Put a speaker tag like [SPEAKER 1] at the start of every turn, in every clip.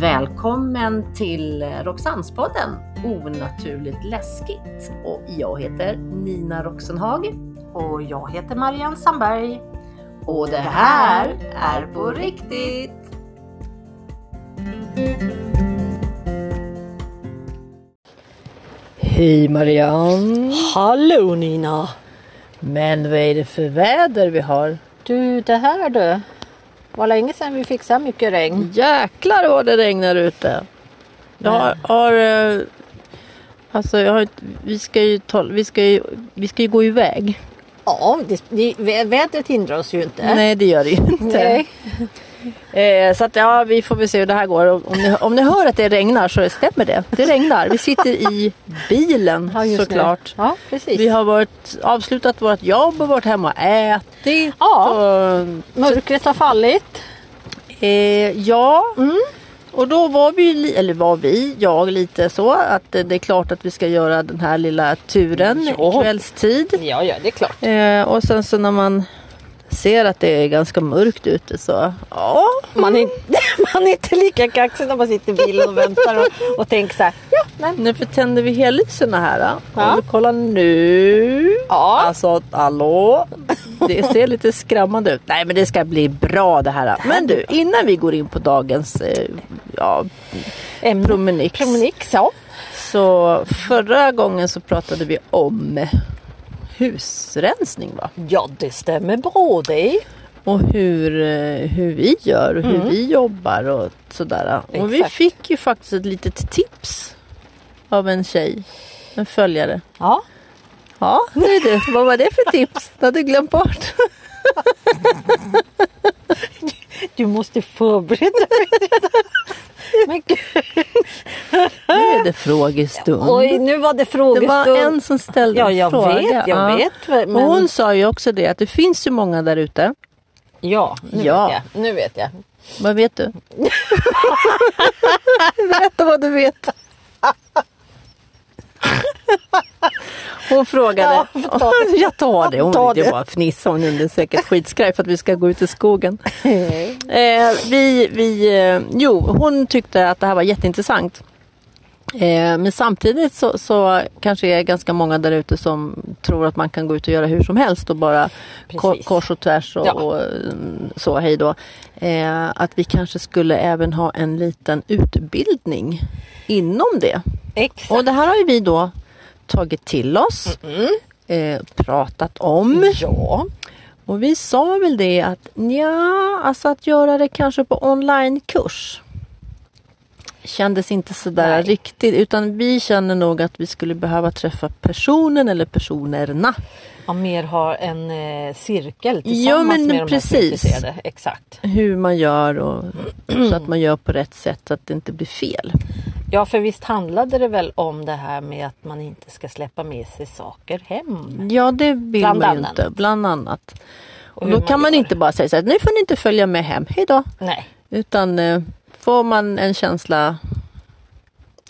[SPEAKER 1] Välkommen till Roxannespodden Onaturligt läskigt. Och jag heter Nina Roxenhag.
[SPEAKER 2] Och jag heter Marianne Sandberg.
[SPEAKER 1] Och det här är på riktigt! Hej Marianne!
[SPEAKER 2] Hallå Nina!
[SPEAKER 1] Men vad är det för väder vi har?
[SPEAKER 2] Du, det här du. Var länge sedan vi fick så här mycket regn.
[SPEAKER 1] Jäklar vad det regnar ute! Jag har, har eh, alltså jag har, inte- vi, ska ju tol- vi, ska ju, vi ska ju gå iväg.
[SPEAKER 2] Ja, det, det, vä- vädret hindrar oss ju inte.
[SPEAKER 1] Nej det gör det ju inte.
[SPEAKER 2] Nej.
[SPEAKER 1] Eh, så att, ja, vi får väl se hur det här går. Om om ni, om ni hör att det regnar så stämmer det. Det regnar. Vi sitter i bilen
[SPEAKER 2] Ja, just
[SPEAKER 1] såklart.
[SPEAKER 2] Nu. Ja, precis.
[SPEAKER 1] Vi har varit, avslutat vårt jobb och varit hemma och ätit.
[SPEAKER 2] Ja.
[SPEAKER 1] Och,
[SPEAKER 2] Mörkret har fallit.
[SPEAKER 1] Eh, ja,
[SPEAKER 2] Mm.
[SPEAKER 1] och då var vi, ju li- eller var vi, jag lite så att eh, det är klart att vi ska göra den här lilla turen i
[SPEAKER 2] Ja.
[SPEAKER 1] kvällstid.
[SPEAKER 2] Ja, ja, det är klart.
[SPEAKER 1] Eh, och sen så när man ser att det är ganska mörkt ute så ja,
[SPEAKER 2] Man är, man är inte lika kaxig när man sitter i bilen och väntar och, och tänker så här. Ja, men.
[SPEAKER 1] nu förtänder vi hellyserna här. Då.
[SPEAKER 2] Ja.
[SPEAKER 1] Och vi kollar nu.
[SPEAKER 2] Ja.
[SPEAKER 1] Alltså hallå, det ser lite skrämmande ut. Nej men det ska bli bra det här. Men du, innan vi går in på dagens eh, ja,
[SPEAKER 2] Ämne.
[SPEAKER 1] promenix.
[SPEAKER 2] Promenix, ja.
[SPEAKER 1] Så förra gången så pratade vi om husrensning va?
[SPEAKER 2] Ja, det stämmer bra det.
[SPEAKER 1] Och hur, eh, hur vi gör och hur vi jobbar och sådär. Och vi
[SPEAKER 2] Mm. Exakt.
[SPEAKER 1] fick ju faktiskt ett litet tips av en tjej, en följare.
[SPEAKER 2] Ja.
[SPEAKER 1] Ja, säger du, vad var det för tips? Det hade jag glömt bort.
[SPEAKER 2] Du måste förbereda dig. Men gud.
[SPEAKER 1] Nu är det frågestund.
[SPEAKER 2] Oj, nu var det
[SPEAKER 1] det
[SPEAKER 2] frågestund.
[SPEAKER 1] var en som ställde
[SPEAKER 2] Ja,
[SPEAKER 1] en
[SPEAKER 2] jag
[SPEAKER 1] fråga.
[SPEAKER 2] vet, jag
[SPEAKER 1] Ja.
[SPEAKER 2] vet. Men...
[SPEAKER 1] Och hon sa ju också det att det finns ju många där ute.
[SPEAKER 2] Ja, nu,
[SPEAKER 1] Ja.
[SPEAKER 2] Vet jag. nu vet jag.
[SPEAKER 1] Vad vet du? Berätta vad du vet. Hon frågade.
[SPEAKER 2] Ja, ta
[SPEAKER 1] jag tar det. Hon
[SPEAKER 2] Ta
[SPEAKER 1] det.
[SPEAKER 2] det.
[SPEAKER 1] bara fnissa. Hon är säkert skitskraj för att vi ska gå ut i skogen. Eh, vi, vi, eh, jo, hon tyckte att det här var jätteintressant. Eh, men samtidigt så, så kanske det är ganska många där ute som tror att man kan gå ut och göra hur som helst och bara ko-
[SPEAKER 2] Precis.
[SPEAKER 1] kors och tvärs och,
[SPEAKER 2] Ja.
[SPEAKER 1] och mm, så, hej då. Eh, att vi kanske skulle även ha en liten utbildning inom det.
[SPEAKER 2] Exakt.
[SPEAKER 1] Och det här har ju vi då tagit till oss, eh, pratat om.
[SPEAKER 2] Ja.
[SPEAKER 1] Och vi sa väl det att ja, alltså att göra det kanske på onlinekurs kändes inte sådär
[SPEAKER 2] Nej.
[SPEAKER 1] riktigt utan vi känner nog att vi skulle behöva träffa personen eller personerna.
[SPEAKER 2] ja, mer har en eh, cirkel tillsammans
[SPEAKER 1] Ja, men
[SPEAKER 2] med de
[SPEAKER 1] precis.
[SPEAKER 2] här som är intresserade. Exakt.
[SPEAKER 1] Hur man gör och så att man gör på rätt sätt så att det inte blir fel.
[SPEAKER 2] Ja, för visst handlade det väl om det här med att man inte ska släppa med sig saker hem.
[SPEAKER 1] Ja det vill
[SPEAKER 2] Bland
[SPEAKER 1] man ju
[SPEAKER 2] annat.
[SPEAKER 1] inte, bland annat. Och
[SPEAKER 2] hur
[SPEAKER 1] Mm. då
[SPEAKER 2] man
[SPEAKER 1] kan man
[SPEAKER 2] gör.
[SPEAKER 1] inte bara säga så här, nu får ni inte följa med hem, hejdå.
[SPEAKER 2] Nej.
[SPEAKER 1] Utan eh, får man en känsla...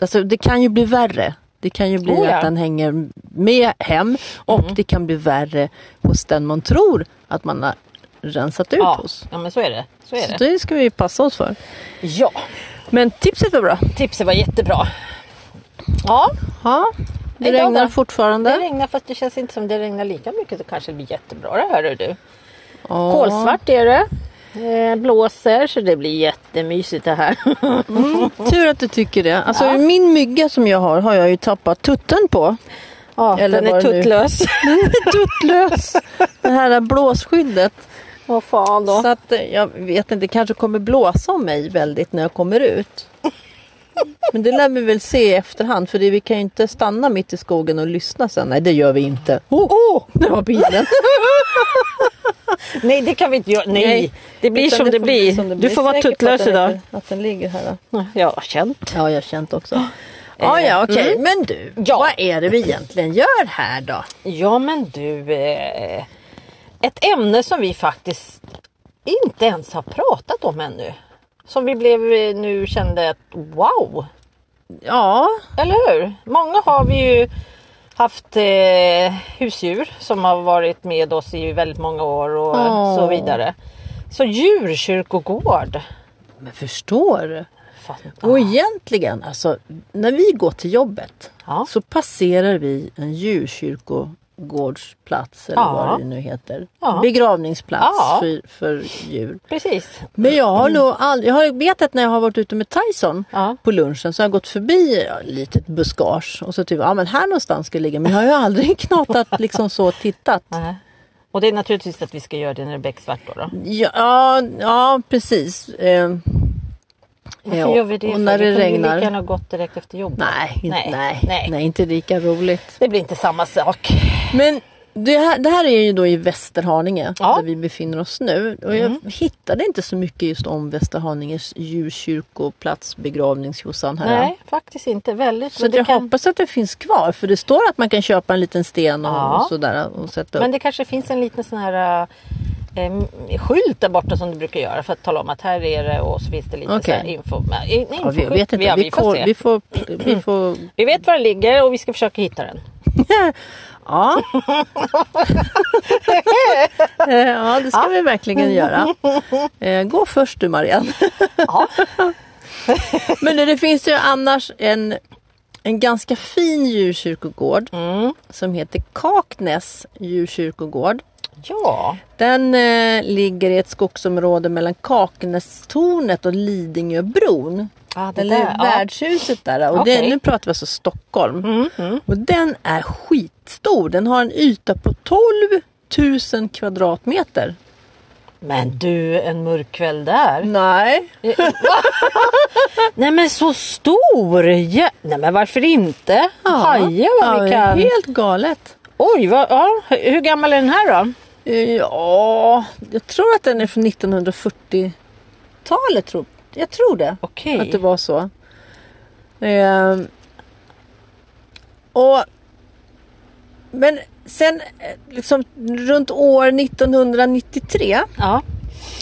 [SPEAKER 1] Alltså det kan ju bli värre. Det kan ju bli
[SPEAKER 2] Oh ja. Mm.
[SPEAKER 1] att den hänger med hem och det kan bli värre hos den man tror att man har rensat ut
[SPEAKER 2] Ja.
[SPEAKER 1] hos.
[SPEAKER 2] ja, men så är det. Så är
[SPEAKER 1] Så
[SPEAKER 2] det.
[SPEAKER 1] det ska vi passa oss för.
[SPEAKER 2] Ja,
[SPEAKER 1] Men tipset var bra.
[SPEAKER 2] tipset var jättebra. Ja,
[SPEAKER 1] Ja, det
[SPEAKER 2] Idag
[SPEAKER 1] regnar
[SPEAKER 2] då?
[SPEAKER 1] fortfarande.
[SPEAKER 2] det regnar fast det känns inte som det regnar lika mycket. Det kanske blir jättebra det här hör du.
[SPEAKER 1] Ja.
[SPEAKER 2] Kolsvart är det. Eh, Blåser så det blir jättemysigt det här.
[SPEAKER 1] Mm. Tur att du tycker det. Alltså min mygga som jag har har jag ju tappat tutten på.
[SPEAKER 2] Ja,
[SPEAKER 1] Eller
[SPEAKER 2] den är
[SPEAKER 1] vad det nu-
[SPEAKER 2] tuttlös.
[SPEAKER 1] Tuttlös! det här blåsskyddet.
[SPEAKER 2] Vad fan då.
[SPEAKER 1] Så att eh, jag vet inte, det kanske kommer blåsa om mig väldigt när jag kommer ut. Men det lär vi väl se i efterhand för det, vi kan ju inte stanna mitt i skogen och lyssna sen. Nej det gör vi inte. Oh, oh, det var bilen.
[SPEAKER 2] Nej det kan vi inte göra. Nej,
[SPEAKER 1] Nej,
[SPEAKER 2] det blir
[SPEAKER 1] Utan
[SPEAKER 2] som det,
[SPEAKER 1] får
[SPEAKER 2] blir.
[SPEAKER 1] som det
[SPEAKER 2] Du får vara
[SPEAKER 1] Säker på att
[SPEAKER 2] tuttlös
[SPEAKER 1] den
[SPEAKER 2] idag.
[SPEAKER 1] ligger- Att den ligger här. då.
[SPEAKER 2] Ja, jag har känt.
[SPEAKER 1] Ja jag har känt också. Ja ja okej
[SPEAKER 2] mm.
[SPEAKER 1] men du,
[SPEAKER 2] Ja.
[SPEAKER 1] vad är det vi egentligen gör här då?
[SPEAKER 2] Ja men du. Eh, ett ämne som vi faktiskt inte ens har pratat om ännu. Som vi blev eh, nu kände att wow.
[SPEAKER 1] Ja,
[SPEAKER 2] Eller hur? Många har vi ju haft eh, husdjur som har varit med oss i väldigt många år och
[SPEAKER 1] Ja.
[SPEAKER 2] så vidare. Så djurkyrkogård.
[SPEAKER 1] men förstår du?
[SPEAKER 2] fattar.
[SPEAKER 1] Och egentligen, alltså, när vi går till jobbet
[SPEAKER 2] Ja.
[SPEAKER 1] så passerar vi en djurkyrkogårdsplats eller
[SPEAKER 2] Ja.
[SPEAKER 1] vad det nu heter.
[SPEAKER 2] Ja.
[SPEAKER 1] Begravningsplats
[SPEAKER 2] Ja.
[SPEAKER 1] för, för djur. Mm.
[SPEAKER 2] Precis.
[SPEAKER 1] Men jag har nog aldrig, jag har vetat när jag har varit ute med Tyson
[SPEAKER 2] Ja.
[SPEAKER 1] på lunchen så har jag gått förbi ja, litet buskage och så typ, ja men här någonstans ska det ligga. Men jag har ju aldrig knatat liksom så och tittat.
[SPEAKER 2] Nej. Och det är naturligtvis att vi ska göra det när det blir becksvart då. då.
[SPEAKER 1] Ja, ja precis. Eh,
[SPEAKER 2] Varför
[SPEAKER 1] ja,
[SPEAKER 2] gör vi det?
[SPEAKER 1] och
[SPEAKER 2] för?
[SPEAKER 1] när det
[SPEAKER 2] kunde ju
[SPEAKER 1] regnar.
[SPEAKER 2] lika gärna ha gått direkt efter jobbet.
[SPEAKER 1] Nej, nej,
[SPEAKER 2] Nej,
[SPEAKER 1] nej,
[SPEAKER 2] nej.
[SPEAKER 1] inte lika roligt.
[SPEAKER 2] Det blir inte samma sak.
[SPEAKER 1] Men det här, det här är ju då i Västerhaninge
[SPEAKER 2] Ja.
[SPEAKER 1] där
[SPEAKER 2] Mm.
[SPEAKER 1] vi befinner oss nu. Och jag hittade inte så mycket just om Västerhaninges djurkyrkoplats begravningshossan här.
[SPEAKER 2] Nej, faktiskt inte. Väldigt.
[SPEAKER 1] Så
[SPEAKER 2] men, det
[SPEAKER 1] jag
[SPEAKER 2] kan,
[SPEAKER 1] hoppas att det finns kvar för det står att man kan köpa en liten sten och,
[SPEAKER 2] Ja.
[SPEAKER 1] och sådär och sätta upp.
[SPEAKER 2] men det kanske finns en liten sån här eh, m- skylt där borta som du brukar göra för att tala om att här är det och så finns det lite
[SPEAKER 1] Okej.
[SPEAKER 2] så här info. men- in-
[SPEAKER 1] ja, vi
[SPEAKER 2] infoskylt.
[SPEAKER 1] vet inte,
[SPEAKER 2] Ja,
[SPEAKER 1] vi,
[SPEAKER 2] vi, får Mm.
[SPEAKER 1] får,
[SPEAKER 2] se.
[SPEAKER 1] vi, får, vi får...
[SPEAKER 2] vi vet var den ligger och vi ska försöka hitta den.
[SPEAKER 1] Ja. Eh, ja, det ska vi verkligen göra. Eh, Gå först du Marianne.
[SPEAKER 2] Ja.
[SPEAKER 1] Men det finns ju annars en, en ganska fin djurkyrkogård som heter Kaknäs djurkyrkogård.
[SPEAKER 2] ja.
[SPEAKER 1] Den eh, ligger i ett skogsområde mellan Kaknästornet och Lidingöbron.
[SPEAKER 2] Ah, det
[SPEAKER 1] Eller
[SPEAKER 2] där, ja.
[SPEAKER 1] värdshuset där. Och det,
[SPEAKER 2] Okej. Mm,
[SPEAKER 1] nu pratar vi alltså Stockholm. Och den är skitstor. Den har en yta på 12 000 kvadratmeter.
[SPEAKER 2] Men du, en mörk kväll där.
[SPEAKER 1] Nej.
[SPEAKER 2] Nej men så stor! Ja. Nej men varför inte? Haja vad vi kan.
[SPEAKER 1] Helt galet.
[SPEAKER 2] Oj, vad, ja. hur hur gammal är den här då? Eh,
[SPEAKER 1] Ja, jag tror att den är från 1940-talet. Tror, jag tror det.
[SPEAKER 2] Okej.
[SPEAKER 1] Att det var så. Ehm, och, men sen eh, liksom runt år 1993
[SPEAKER 2] Ja.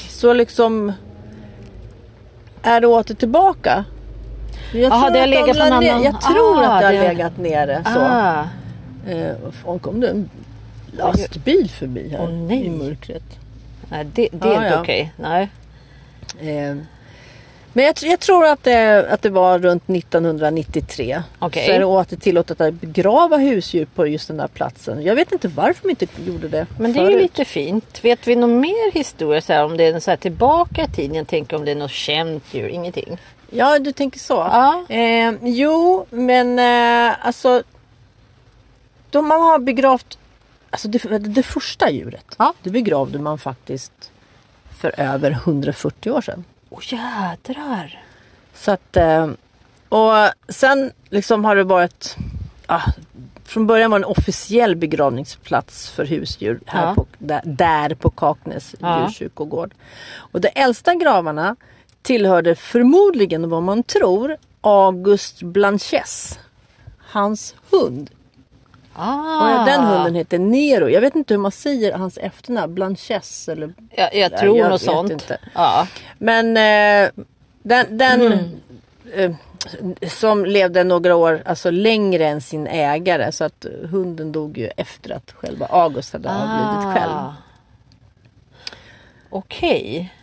[SPEAKER 1] så liksom är det åter tillbaka. Jag
[SPEAKER 2] Jaha,
[SPEAKER 1] tror
[SPEAKER 2] det
[SPEAKER 1] att
[SPEAKER 2] har
[SPEAKER 1] de
[SPEAKER 2] legat
[SPEAKER 1] la
[SPEAKER 2] någon
[SPEAKER 1] ner-
[SPEAKER 2] annan-
[SPEAKER 1] Jag tror
[SPEAKER 2] Ah,
[SPEAKER 1] att det har
[SPEAKER 2] det-
[SPEAKER 1] legat nere. Så.
[SPEAKER 2] Ah.
[SPEAKER 1] Eh, vad fan kom det en lastbil förbi här
[SPEAKER 2] Åh, nej.
[SPEAKER 1] i mörkret?
[SPEAKER 2] Nej, det, det
[SPEAKER 1] Ja,
[SPEAKER 2] är inte
[SPEAKER 1] ja.
[SPEAKER 2] okej. Nej.
[SPEAKER 1] Eh, men jag, tr- jag tror att det, att det var runt 1993.
[SPEAKER 2] Okej.
[SPEAKER 1] Så är det åter tillåtet att begrava husdjur på just den där platsen. Jag vet inte varför de inte gjorde det
[SPEAKER 2] Men det är ju lite fint. Vet vi någon mer historia så här, om det är en så här tillbaka i tiden? Jag tänker om det är något känt djur, ingenting.
[SPEAKER 1] Ja, du tänker så.
[SPEAKER 2] Ja.
[SPEAKER 1] Eh, jo, men eh, alltså. Då man har begravt alltså det, det första djuret.
[SPEAKER 2] Ja.
[SPEAKER 1] Det begravde man faktiskt för över 140 år sedan.
[SPEAKER 2] Åh jädrar!
[SPEAKER 1] Så att, eh, och sen liksom har det varit, ah, från början var det en officiell begravningsplats för husdjur här
[SPEAKER 2] Ja.
[SPEAKER 1] på, där, där på Kaknäs
[SPEAKER 2] Ja.
[SPEAKER 1] djurkyrkogård. Och de äldsta gravarna tillhörde förmodligen vad man tror August Blanches, hans hund.
[SPEAKER 2] Ah.
[SPEAKER 1] Och den hunden heter Nero. Jag vet inte hur man säger hans efternamn, Blanches eller
[SPEAKER 2] Jag, jag
[SPEAKER 1] Nej,
[SPEAKER 2] tror
[SPEAKER 1] jag
[SPEAKER 2] något
[SPEAKER 1] vet
[SPEAKER 2] sånt.
[SPEAKER 1] inte.
[SPEAKER 2] Ja.
[SPEAKER 1] Men eh, den, den eh, som levde några år alltså, längre än sin ägare så att hunden dog ju efter att själva August hade avlidit själv.
[SPEAKER 2] Ah. Okej.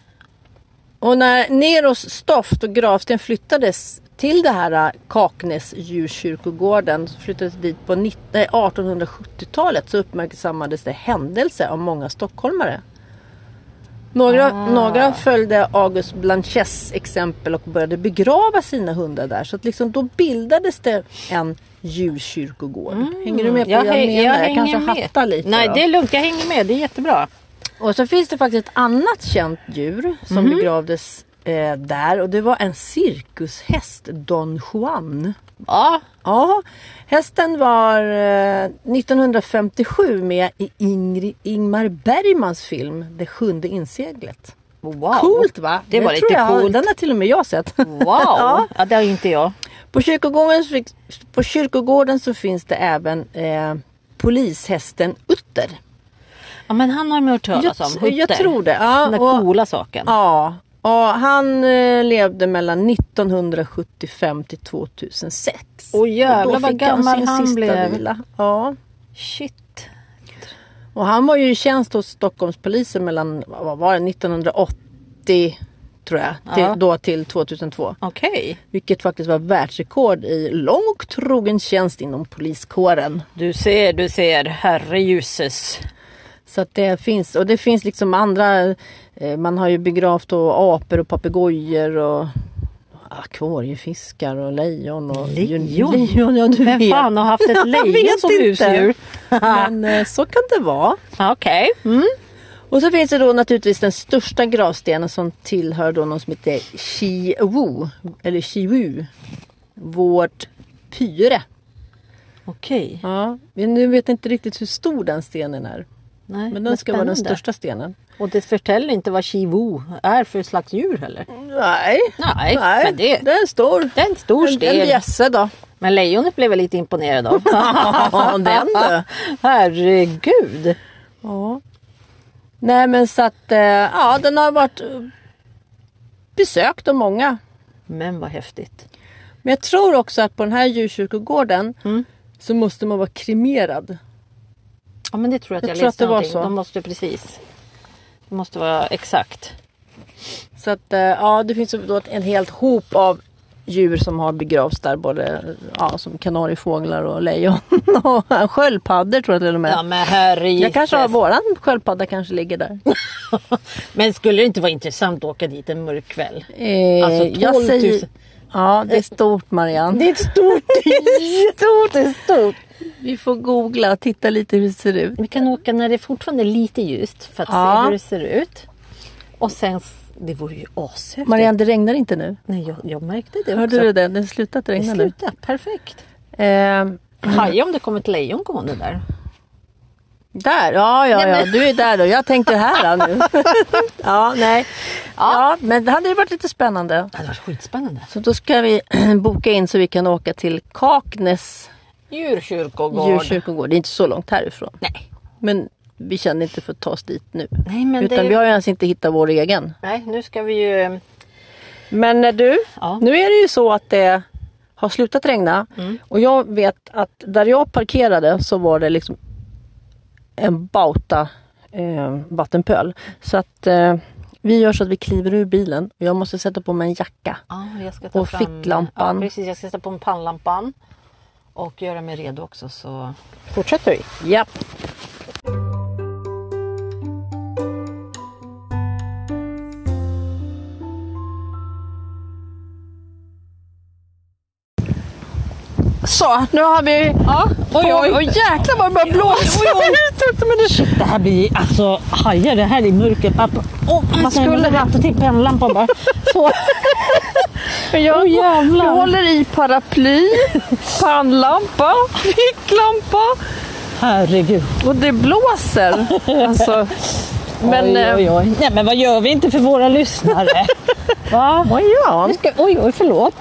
[SPEAKER 1] Och när Neros stoft och gravsten flyttades till det här eh, Kaknäs djurkyrkogården flyttades dit på nitt- nej, 1870-talet så uppmärksammades det händelse av många stockholmare. Några,
[SPEAKER 2] Ah.
[SPEAKER 1] några följde August Blanches exempel och började begrava sina hundar där. Så att liksom då bildades det en djurkyrkogård. Hänger du med på
[SPEAKER 2] Jag,
[SPEAKER 1] vad jag,
[SPEAKER 2] Mm. hä-
[SPEAKER 1] menar?
[SPEAKER 2] jag
[SPEAKER 1] Jag,
[SPEAKER 2] hänger
[SPEAKER 1] kanske
[SPEAKER 2] med.
[SPEAKER 1] hattar lite.
[SPEAKER 2] Nej,
[SPEAKER 1] då.
[SPEAKER 2] det är lugnt. Jag hänger med. Det är jättebra.
[SPEAKER 1] Och så finns det faktiskt ett annat känt djur som
[SPEAKER 2] Mhm.
[SPEAKER 1] begravdes eh, där och det var en cirkushäst, Don Juan.
[SPEAKER 2] Ja.
[SPEAKER 1] Ja, hästen var eh, 1957 med i Ingr- Ingmar Bergmans film Det sjunde inseglet.
[SPEAKER 2] Wow.
[SPEAKER 1] Coolt va?
[SPEAKER 2] Det var
[SPEAKER 1] tror
[SPEAKER 2] lite
[SPEAKER 1] jag har-
[SPEAKER 2] coolt.
[SPEAKER 1] Den har till och med jag sett.
[SPEAKER 2] Wow.
[SPEAKER 1] Ja.
[SPEAKER 2] ja. det har inte jag.
[SPEAKER 1] På kyrkogården, så fick- på kyrkogården så finns det även eh, polishästen Utter.
[SPEAKER 2] Ja, men han har man hört
[SPEAKER 1] Jag,
[SPEAKER 2] talas om.
[SPEAKER 1] jag tror det. Ja,
[SPEAKER 2] Den där
[SPEAKER 1] och-
[SPEAKER 2] coola saken.
[SPEAKER 1] Ja, och han eh, levde mellan 1975 till 2006.
[SPEAKER 2] Åh, jävlar,
[SPEAKER 1] Och då
[SPEAKER 2] vad
[SPEAKER 1] fick han
[SPEAKER 2] gammal
[SPEAKER 1] sin
[SPEAKER 2] han
[SPEAKER 1] sista
[SPEAKER 2] blev.
[SPEAKER 1] Vila. Ja.
[SPEAKER 2] Shit.
[SPEAKER 1] Och han var ju i tjänst hos Stockholmspolisen mellan vad var det, 1980 tror jag, till,
[SPEAKER 2] Ja.
[SPEAKER 1] då till 2002.
[SPEAKER 2] Okej.
[SPEAKER 1] Vilket faktiskt var världsrekord i lång och trogen tjänst inom poliskåren.
[SPEAKER 2] Du ser, du ser. Herrejösses.
[SPEAKER 1] Så att det finns, och det finns liksom andra, eh, man har ju begravt och apor och papegojor och ah, akvariefiskar och lejon. Och
[SPEAKER 2] Lejon?
[SPEAKER 1] lejon ja, du
[SPEAKER 2] Vem
[SPEAKER 1] vet.
[SPEAKER 2] fan har haft ett
[SPEAKER 1] Jag
[SPEAKER 2] lejon
[SPEAKER 1] vet
[SPEAKER 2] som
[SPEAKER 1] inte.
[SPEAKER 2] husdjur?
[SPEAKER 1] Men eh, så kan det vara.
[SPEAKER 2] Okej. Mm.
[SPEAKER 1] Och så finns det då naturligtvis den största gravstenen som tillhör då någon som heter Chi Wu. Eller Chi Wu. Vårt pyre.
[SPEAKER 2] Okej.
[SPEAKER 1] Ja, men nu vet jag inte riktigt hur stor den stenen är.
[SPEAKER 2] Nej,
[SPEAKER 1] Men den
[SPEAKER 2] vad
[SPEAKER 1] ska vara den
[SPEAKER 2] spännande.
[SPEAKER 1] största stenen.
[SPEAKER 2] Och det förtäller inte vad chivo är för slags djur heller.
[SPEAKER 1] Nej,
[SPEAKER 2] Nej,
[SPEAKER 1] nej
[SPEAKER 2] men det,
[SPEAKER 1] den är stor.
[SPEAKER 2] det är en stor
[SPEAKER 1] En, en
[SPEAKER 2] sten.
[SPEAKER 1] bjässe då.
[SPEAKER 2] Men lejonet blev jag lite imponerad av.
[SPEAKER 1] den du.
[SPEAKER 2] Herregud.
[SPEAKER 1] Ja. Nej men så att eh, ja den har varit eh, besökt av många.
[SPEAKER 2] Men vad häftigt.
[SPEAKER 1] Men jag tror också att på den här djurkyrkogården
[SPEAKER 2] Mm.
[SPEAKER 1] så måste man vara kremerad.
[SPEAKER 2] Ja men det tror jag att
[SPEAKER 1] Jag
[SPEAKER 2] jag,
[SPEAKER 1] tror att
[SPEAKER 2] läste
[SPEAKER 1] det var
[SPEAKER 2] någonting.
[SPEAKER 1] så.
[SPEAKER 2] De måste precis. Det måste vara exakt.
[SPEAKER 1] Så att eh, ja det finns ju då ett- en helt hop av djur som har begravts där både ja, som kanariefåglar och lejon och sköldpaddor tror jag till och med.
[SPEAKER 2] Ja men herre
[SPEAKER 1] jag kanske har
[SPEAKER 2] Jesus.
[SPEAKER 1] våran sköldpadda kanske ligger där.
[SPEAKER 2] Men skulle det inte vara intressant att åka dit en mörk kväll?
[SPEAKER 1] Eh,
[SPEAKER 2] Alltså, 12 000.
[SPEAKER 1] Ja det är stort Marianne.
[SPEAKER 2] Det är ett stort stort, det är stort.
[SPEAKER 1] Vi får googla och titta lite hur det ser ut.
[SPEAKER 2] Vi kan åka när det fortfarande är lite ljust för att
[SPEAKER 1] Ja.
[SPEAKER 2] se hur det ser ut. Och sen, s- det vore ju ashäftigt.
[SPEAKER 1] Marianne, det regnar inte nu.
[SPEAKER 2] Nej, jag, jag märkte det
[SPEAKER 1] Hörde
[SPEAKER 2] också.
[SPEAKER 1] du det? Det har slutat regna nu.
[SPEAKER 2] Sluta, perfekt.
[SPEAKER 1] Ehm,
[SPEAKER 2] Haja om det kommer ett lejon gående där.
[SPEAKER 1] där, ja, ja, ja, du är där då. Jag tänkte här då, nu. ja, nej. Ja, men det hade ju varit lite spännande.
[SPEAKER 2] Det hade varit skitspännande.
[SPEAKER 1] Så då ska vi boka in så vi kan åka till Kaknäs
[SPEAKER 2] Djurkyrkogård.
[SPEAKER 1] djurkyrkogård. Det är inte så långt härifrån.
[SPEAKER 2] Nej.
[SPEAKER 1] Men vi känner inte för att ta oss dit nu.
[SPEAKER 2] Nej, men
[SPEAKER 1] Utan
[SPEAKER 2] det...
[SPEAKER 1] vi har ju ens inte hittat vår egen.
[SPEAKER 2] Nej, nu ska vi ju...
[SPEAKER 1] Men eh, du,
[SPEAKER 2] Ja.
[SPEAKER 1] nu är det ju så att det har slutat regna och jag vet att där jag parkerade så var det liksom en bauta eh, vattenpöl. Så att eh, vi gör så att vi kliver ur bilen och jag måste sätta på mig en jacka.
[SPEAKER 2] Ja, jag ska ta
[SPEAKER 1] Och
[SPEAKER 2] fram...
[SPEAKER 1] ficklampan.
[SPEAKER 2] Ja, precis, jag ska sätta på en pannlampan. Och göra mig redo också så fortsätter vi.
[SPEAKER 1] Japp. Så, nu har vi...
[SPEAKER 2] Ja,
[SPEAKER 1] Oj, oj, oj jäklar vad det börjar blåsa ut ute med det.
[SPEAKER 2] Shit, det här blir alltså hajar det här i mörkerpapper. Oh, man skulle haft till pennlampan bara. Så.
[SPEAKER 1] Men Jag,
[SPEAKER 2] Åh, jävlar.
[SPEAKER 1] jag håller i paraply, pannlampa, ficklampa
[SPEAKER 2] Herregud.
[SPEAKER 1] och det blåser. Alltså, men...
[SPEAKER 2] oj,
[SPEAKER 1] eh,
[SPEAKER 2] oj, oj. Nej, men vad gör vi inte för våra lyssnare? Va?
[SPEAKER 1] Vad
[SPEAKER 2] Nu
[SPEAKER 1] gör
[SPEAKER 2] ska, oj, oj, förlåt.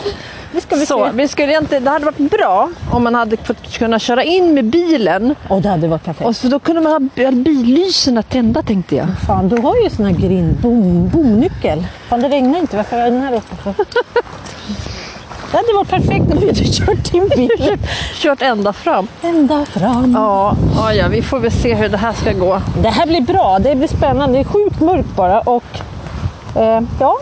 [SPEAKER 2] Nu ska vi
[SPEAKER 1] så,
[SPEAKER 2] se.
[SPEAKER 1] vi skulle inte, det hade varit bra om man hade fått kunna köra in med bilen
[SPEAKER 3] Åh, det hade varit perfekt.
[SPEAKER 1] och så, då kunde man ha bi- billyserna tända tänkte jag.
[SPEAKER 3] fan, du har ju sån här grind, bom, bomnyckel. Fan, det regnar inte. Varför har jag den här uppe för? Det hade varit perfekt om vi hade kört din bil
[SPEAKER 1] Kört ända fram.
[SPEAKER 3] ända fram.
[SPEAKER 1] Ja, ja, ja, vi får väl se hur det här ska gå.
[SPEAKER 3] Det här blir bra. Det blir spännande. Det är sjukt mörkt bara och eh, ja,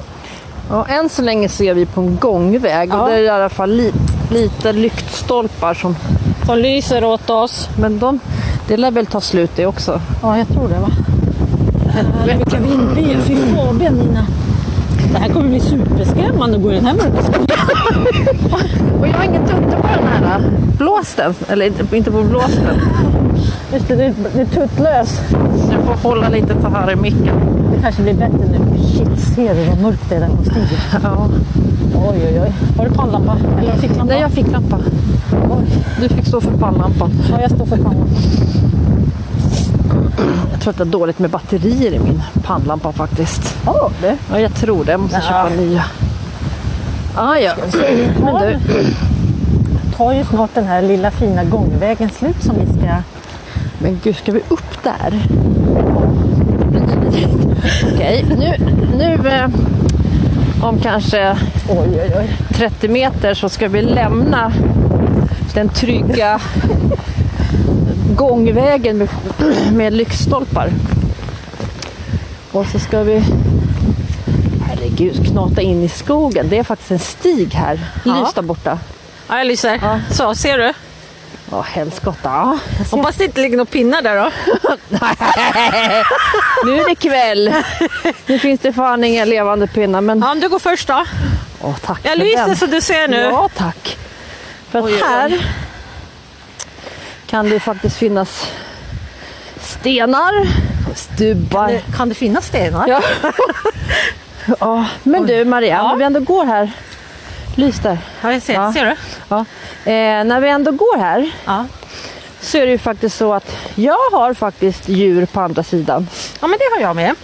[SPEAKER 1] Ja, än så länge så är vi på en gångväg och
[SPEAKER 3] Ja.
[SPEAKER 1] det är i alla fall li, lite lyktstolpar som
[SPEAKER 3] de lyser åt oss.
[SPEAKER 1] Men de, det lär väl ta slut det också.
[SPEAKER 3] Ja, jag tror det va. Helvete vilka vind det är. Fy fan, Nina. Det här kommer bli superskrämmande att gå i den här mörka skogen.
[SPEAKER 1] Och jag har inget tutte på den här blåsten. Eller inte på blåsten.
[SPEAKER 3] Just det, det är- det är tuttlös.
[SPEAKER 1] Jag får hålla lite för här i micken.
[SPEAKER 3] Det kanske blir bättre nu. Shit, ser du vad mörkt det är där på stigen?
[SPEAKER 1] Ja.
[SPEAKER 3] Oj, oj, oj. Har du pannlampa? Eller ficklampa?
[SPEAKER 1] Nej, jag fick lampa.
[SPEAKER 3] Oj.
[SPEAKER 1] Du fick stå för pannlampan.
[SPEAKER 3] Ja, jag står för pannlampa.
[SPEAKER 1] Jag tror att det är dåligt med batterier i min pannlampa faktiskt.
[SPEAKER 3] Ja, du.
[SPEAKER 1] Ja, jag tror det. Jag måste köpa nya. Ah, ja.
[SPEAKER 3] Men
[SPEAKER 1] du-
[SPEAKER 3] du. tar ju snart den här lilla fina gångvägen slut som vi ska...
[SPEAKER 1] Men gud, ska vi upp där? Okej, nu, nu eh, om kanske
[SPEAKER 3] Oj, oj, oj.
[SPEAKER 1] 30 meter så ska vi lämna den trygga gångvägen med, med lyktstolpar. Och så ska vi... Herregud, gud, knata in i skogen. Det är faktiskt en stig här.
[SPEAKER 2] Ja.
[SPEAKER 1] Lys där borta.
[SPEAKER 2] Ja, jag lyser. Så, ser du?
[SPEAKER 1] Ja, helskotta. Jag ser-
[SPEAKER 2] Hoppas det inte ligger några pinnar där då.
[SPEAKER 1] Nu är det kväll. Nu finns det fan inga levande pinnar, men
[SPEAKER 2] Ja, men du går först då.
[SPEAKER 1] åh, tack
[SPEAKER 2] Jag
[SPEAKER 1] för
[SPEAKER 2] lyser
[SPEAKER 1] den.
[SPEAKER 2] så du ser nu.
[SPEAKER 1] Ja, tack. För att
[SPEAKER 2] Oj, oj, oj.
[SPEAKER 1] här kan det faktiskt finnas stenar, stubbar.
[SPEAKER 2] Kan det finnas stenar?
[SPEAKER 1] Ja. ja. Men du Maria,
[SPEAKER 2] Ja.
[SPEAKER 1] när vi ändå går här. Lys där.
[SPEAKER 2] Ja, jag ser.
[SPEAKER 1] Ja.
[SPEAKER 2] Ser du?
[SPEAKER 1] Ja. Eh, när vi ändå går här
[SPEAKER 2] Ja.
[SPEAKER 1] så är det ju faktiskt så att jag har faktiskt djur på andra sidan.
[SPEAKER 2] ja, men det har jag med.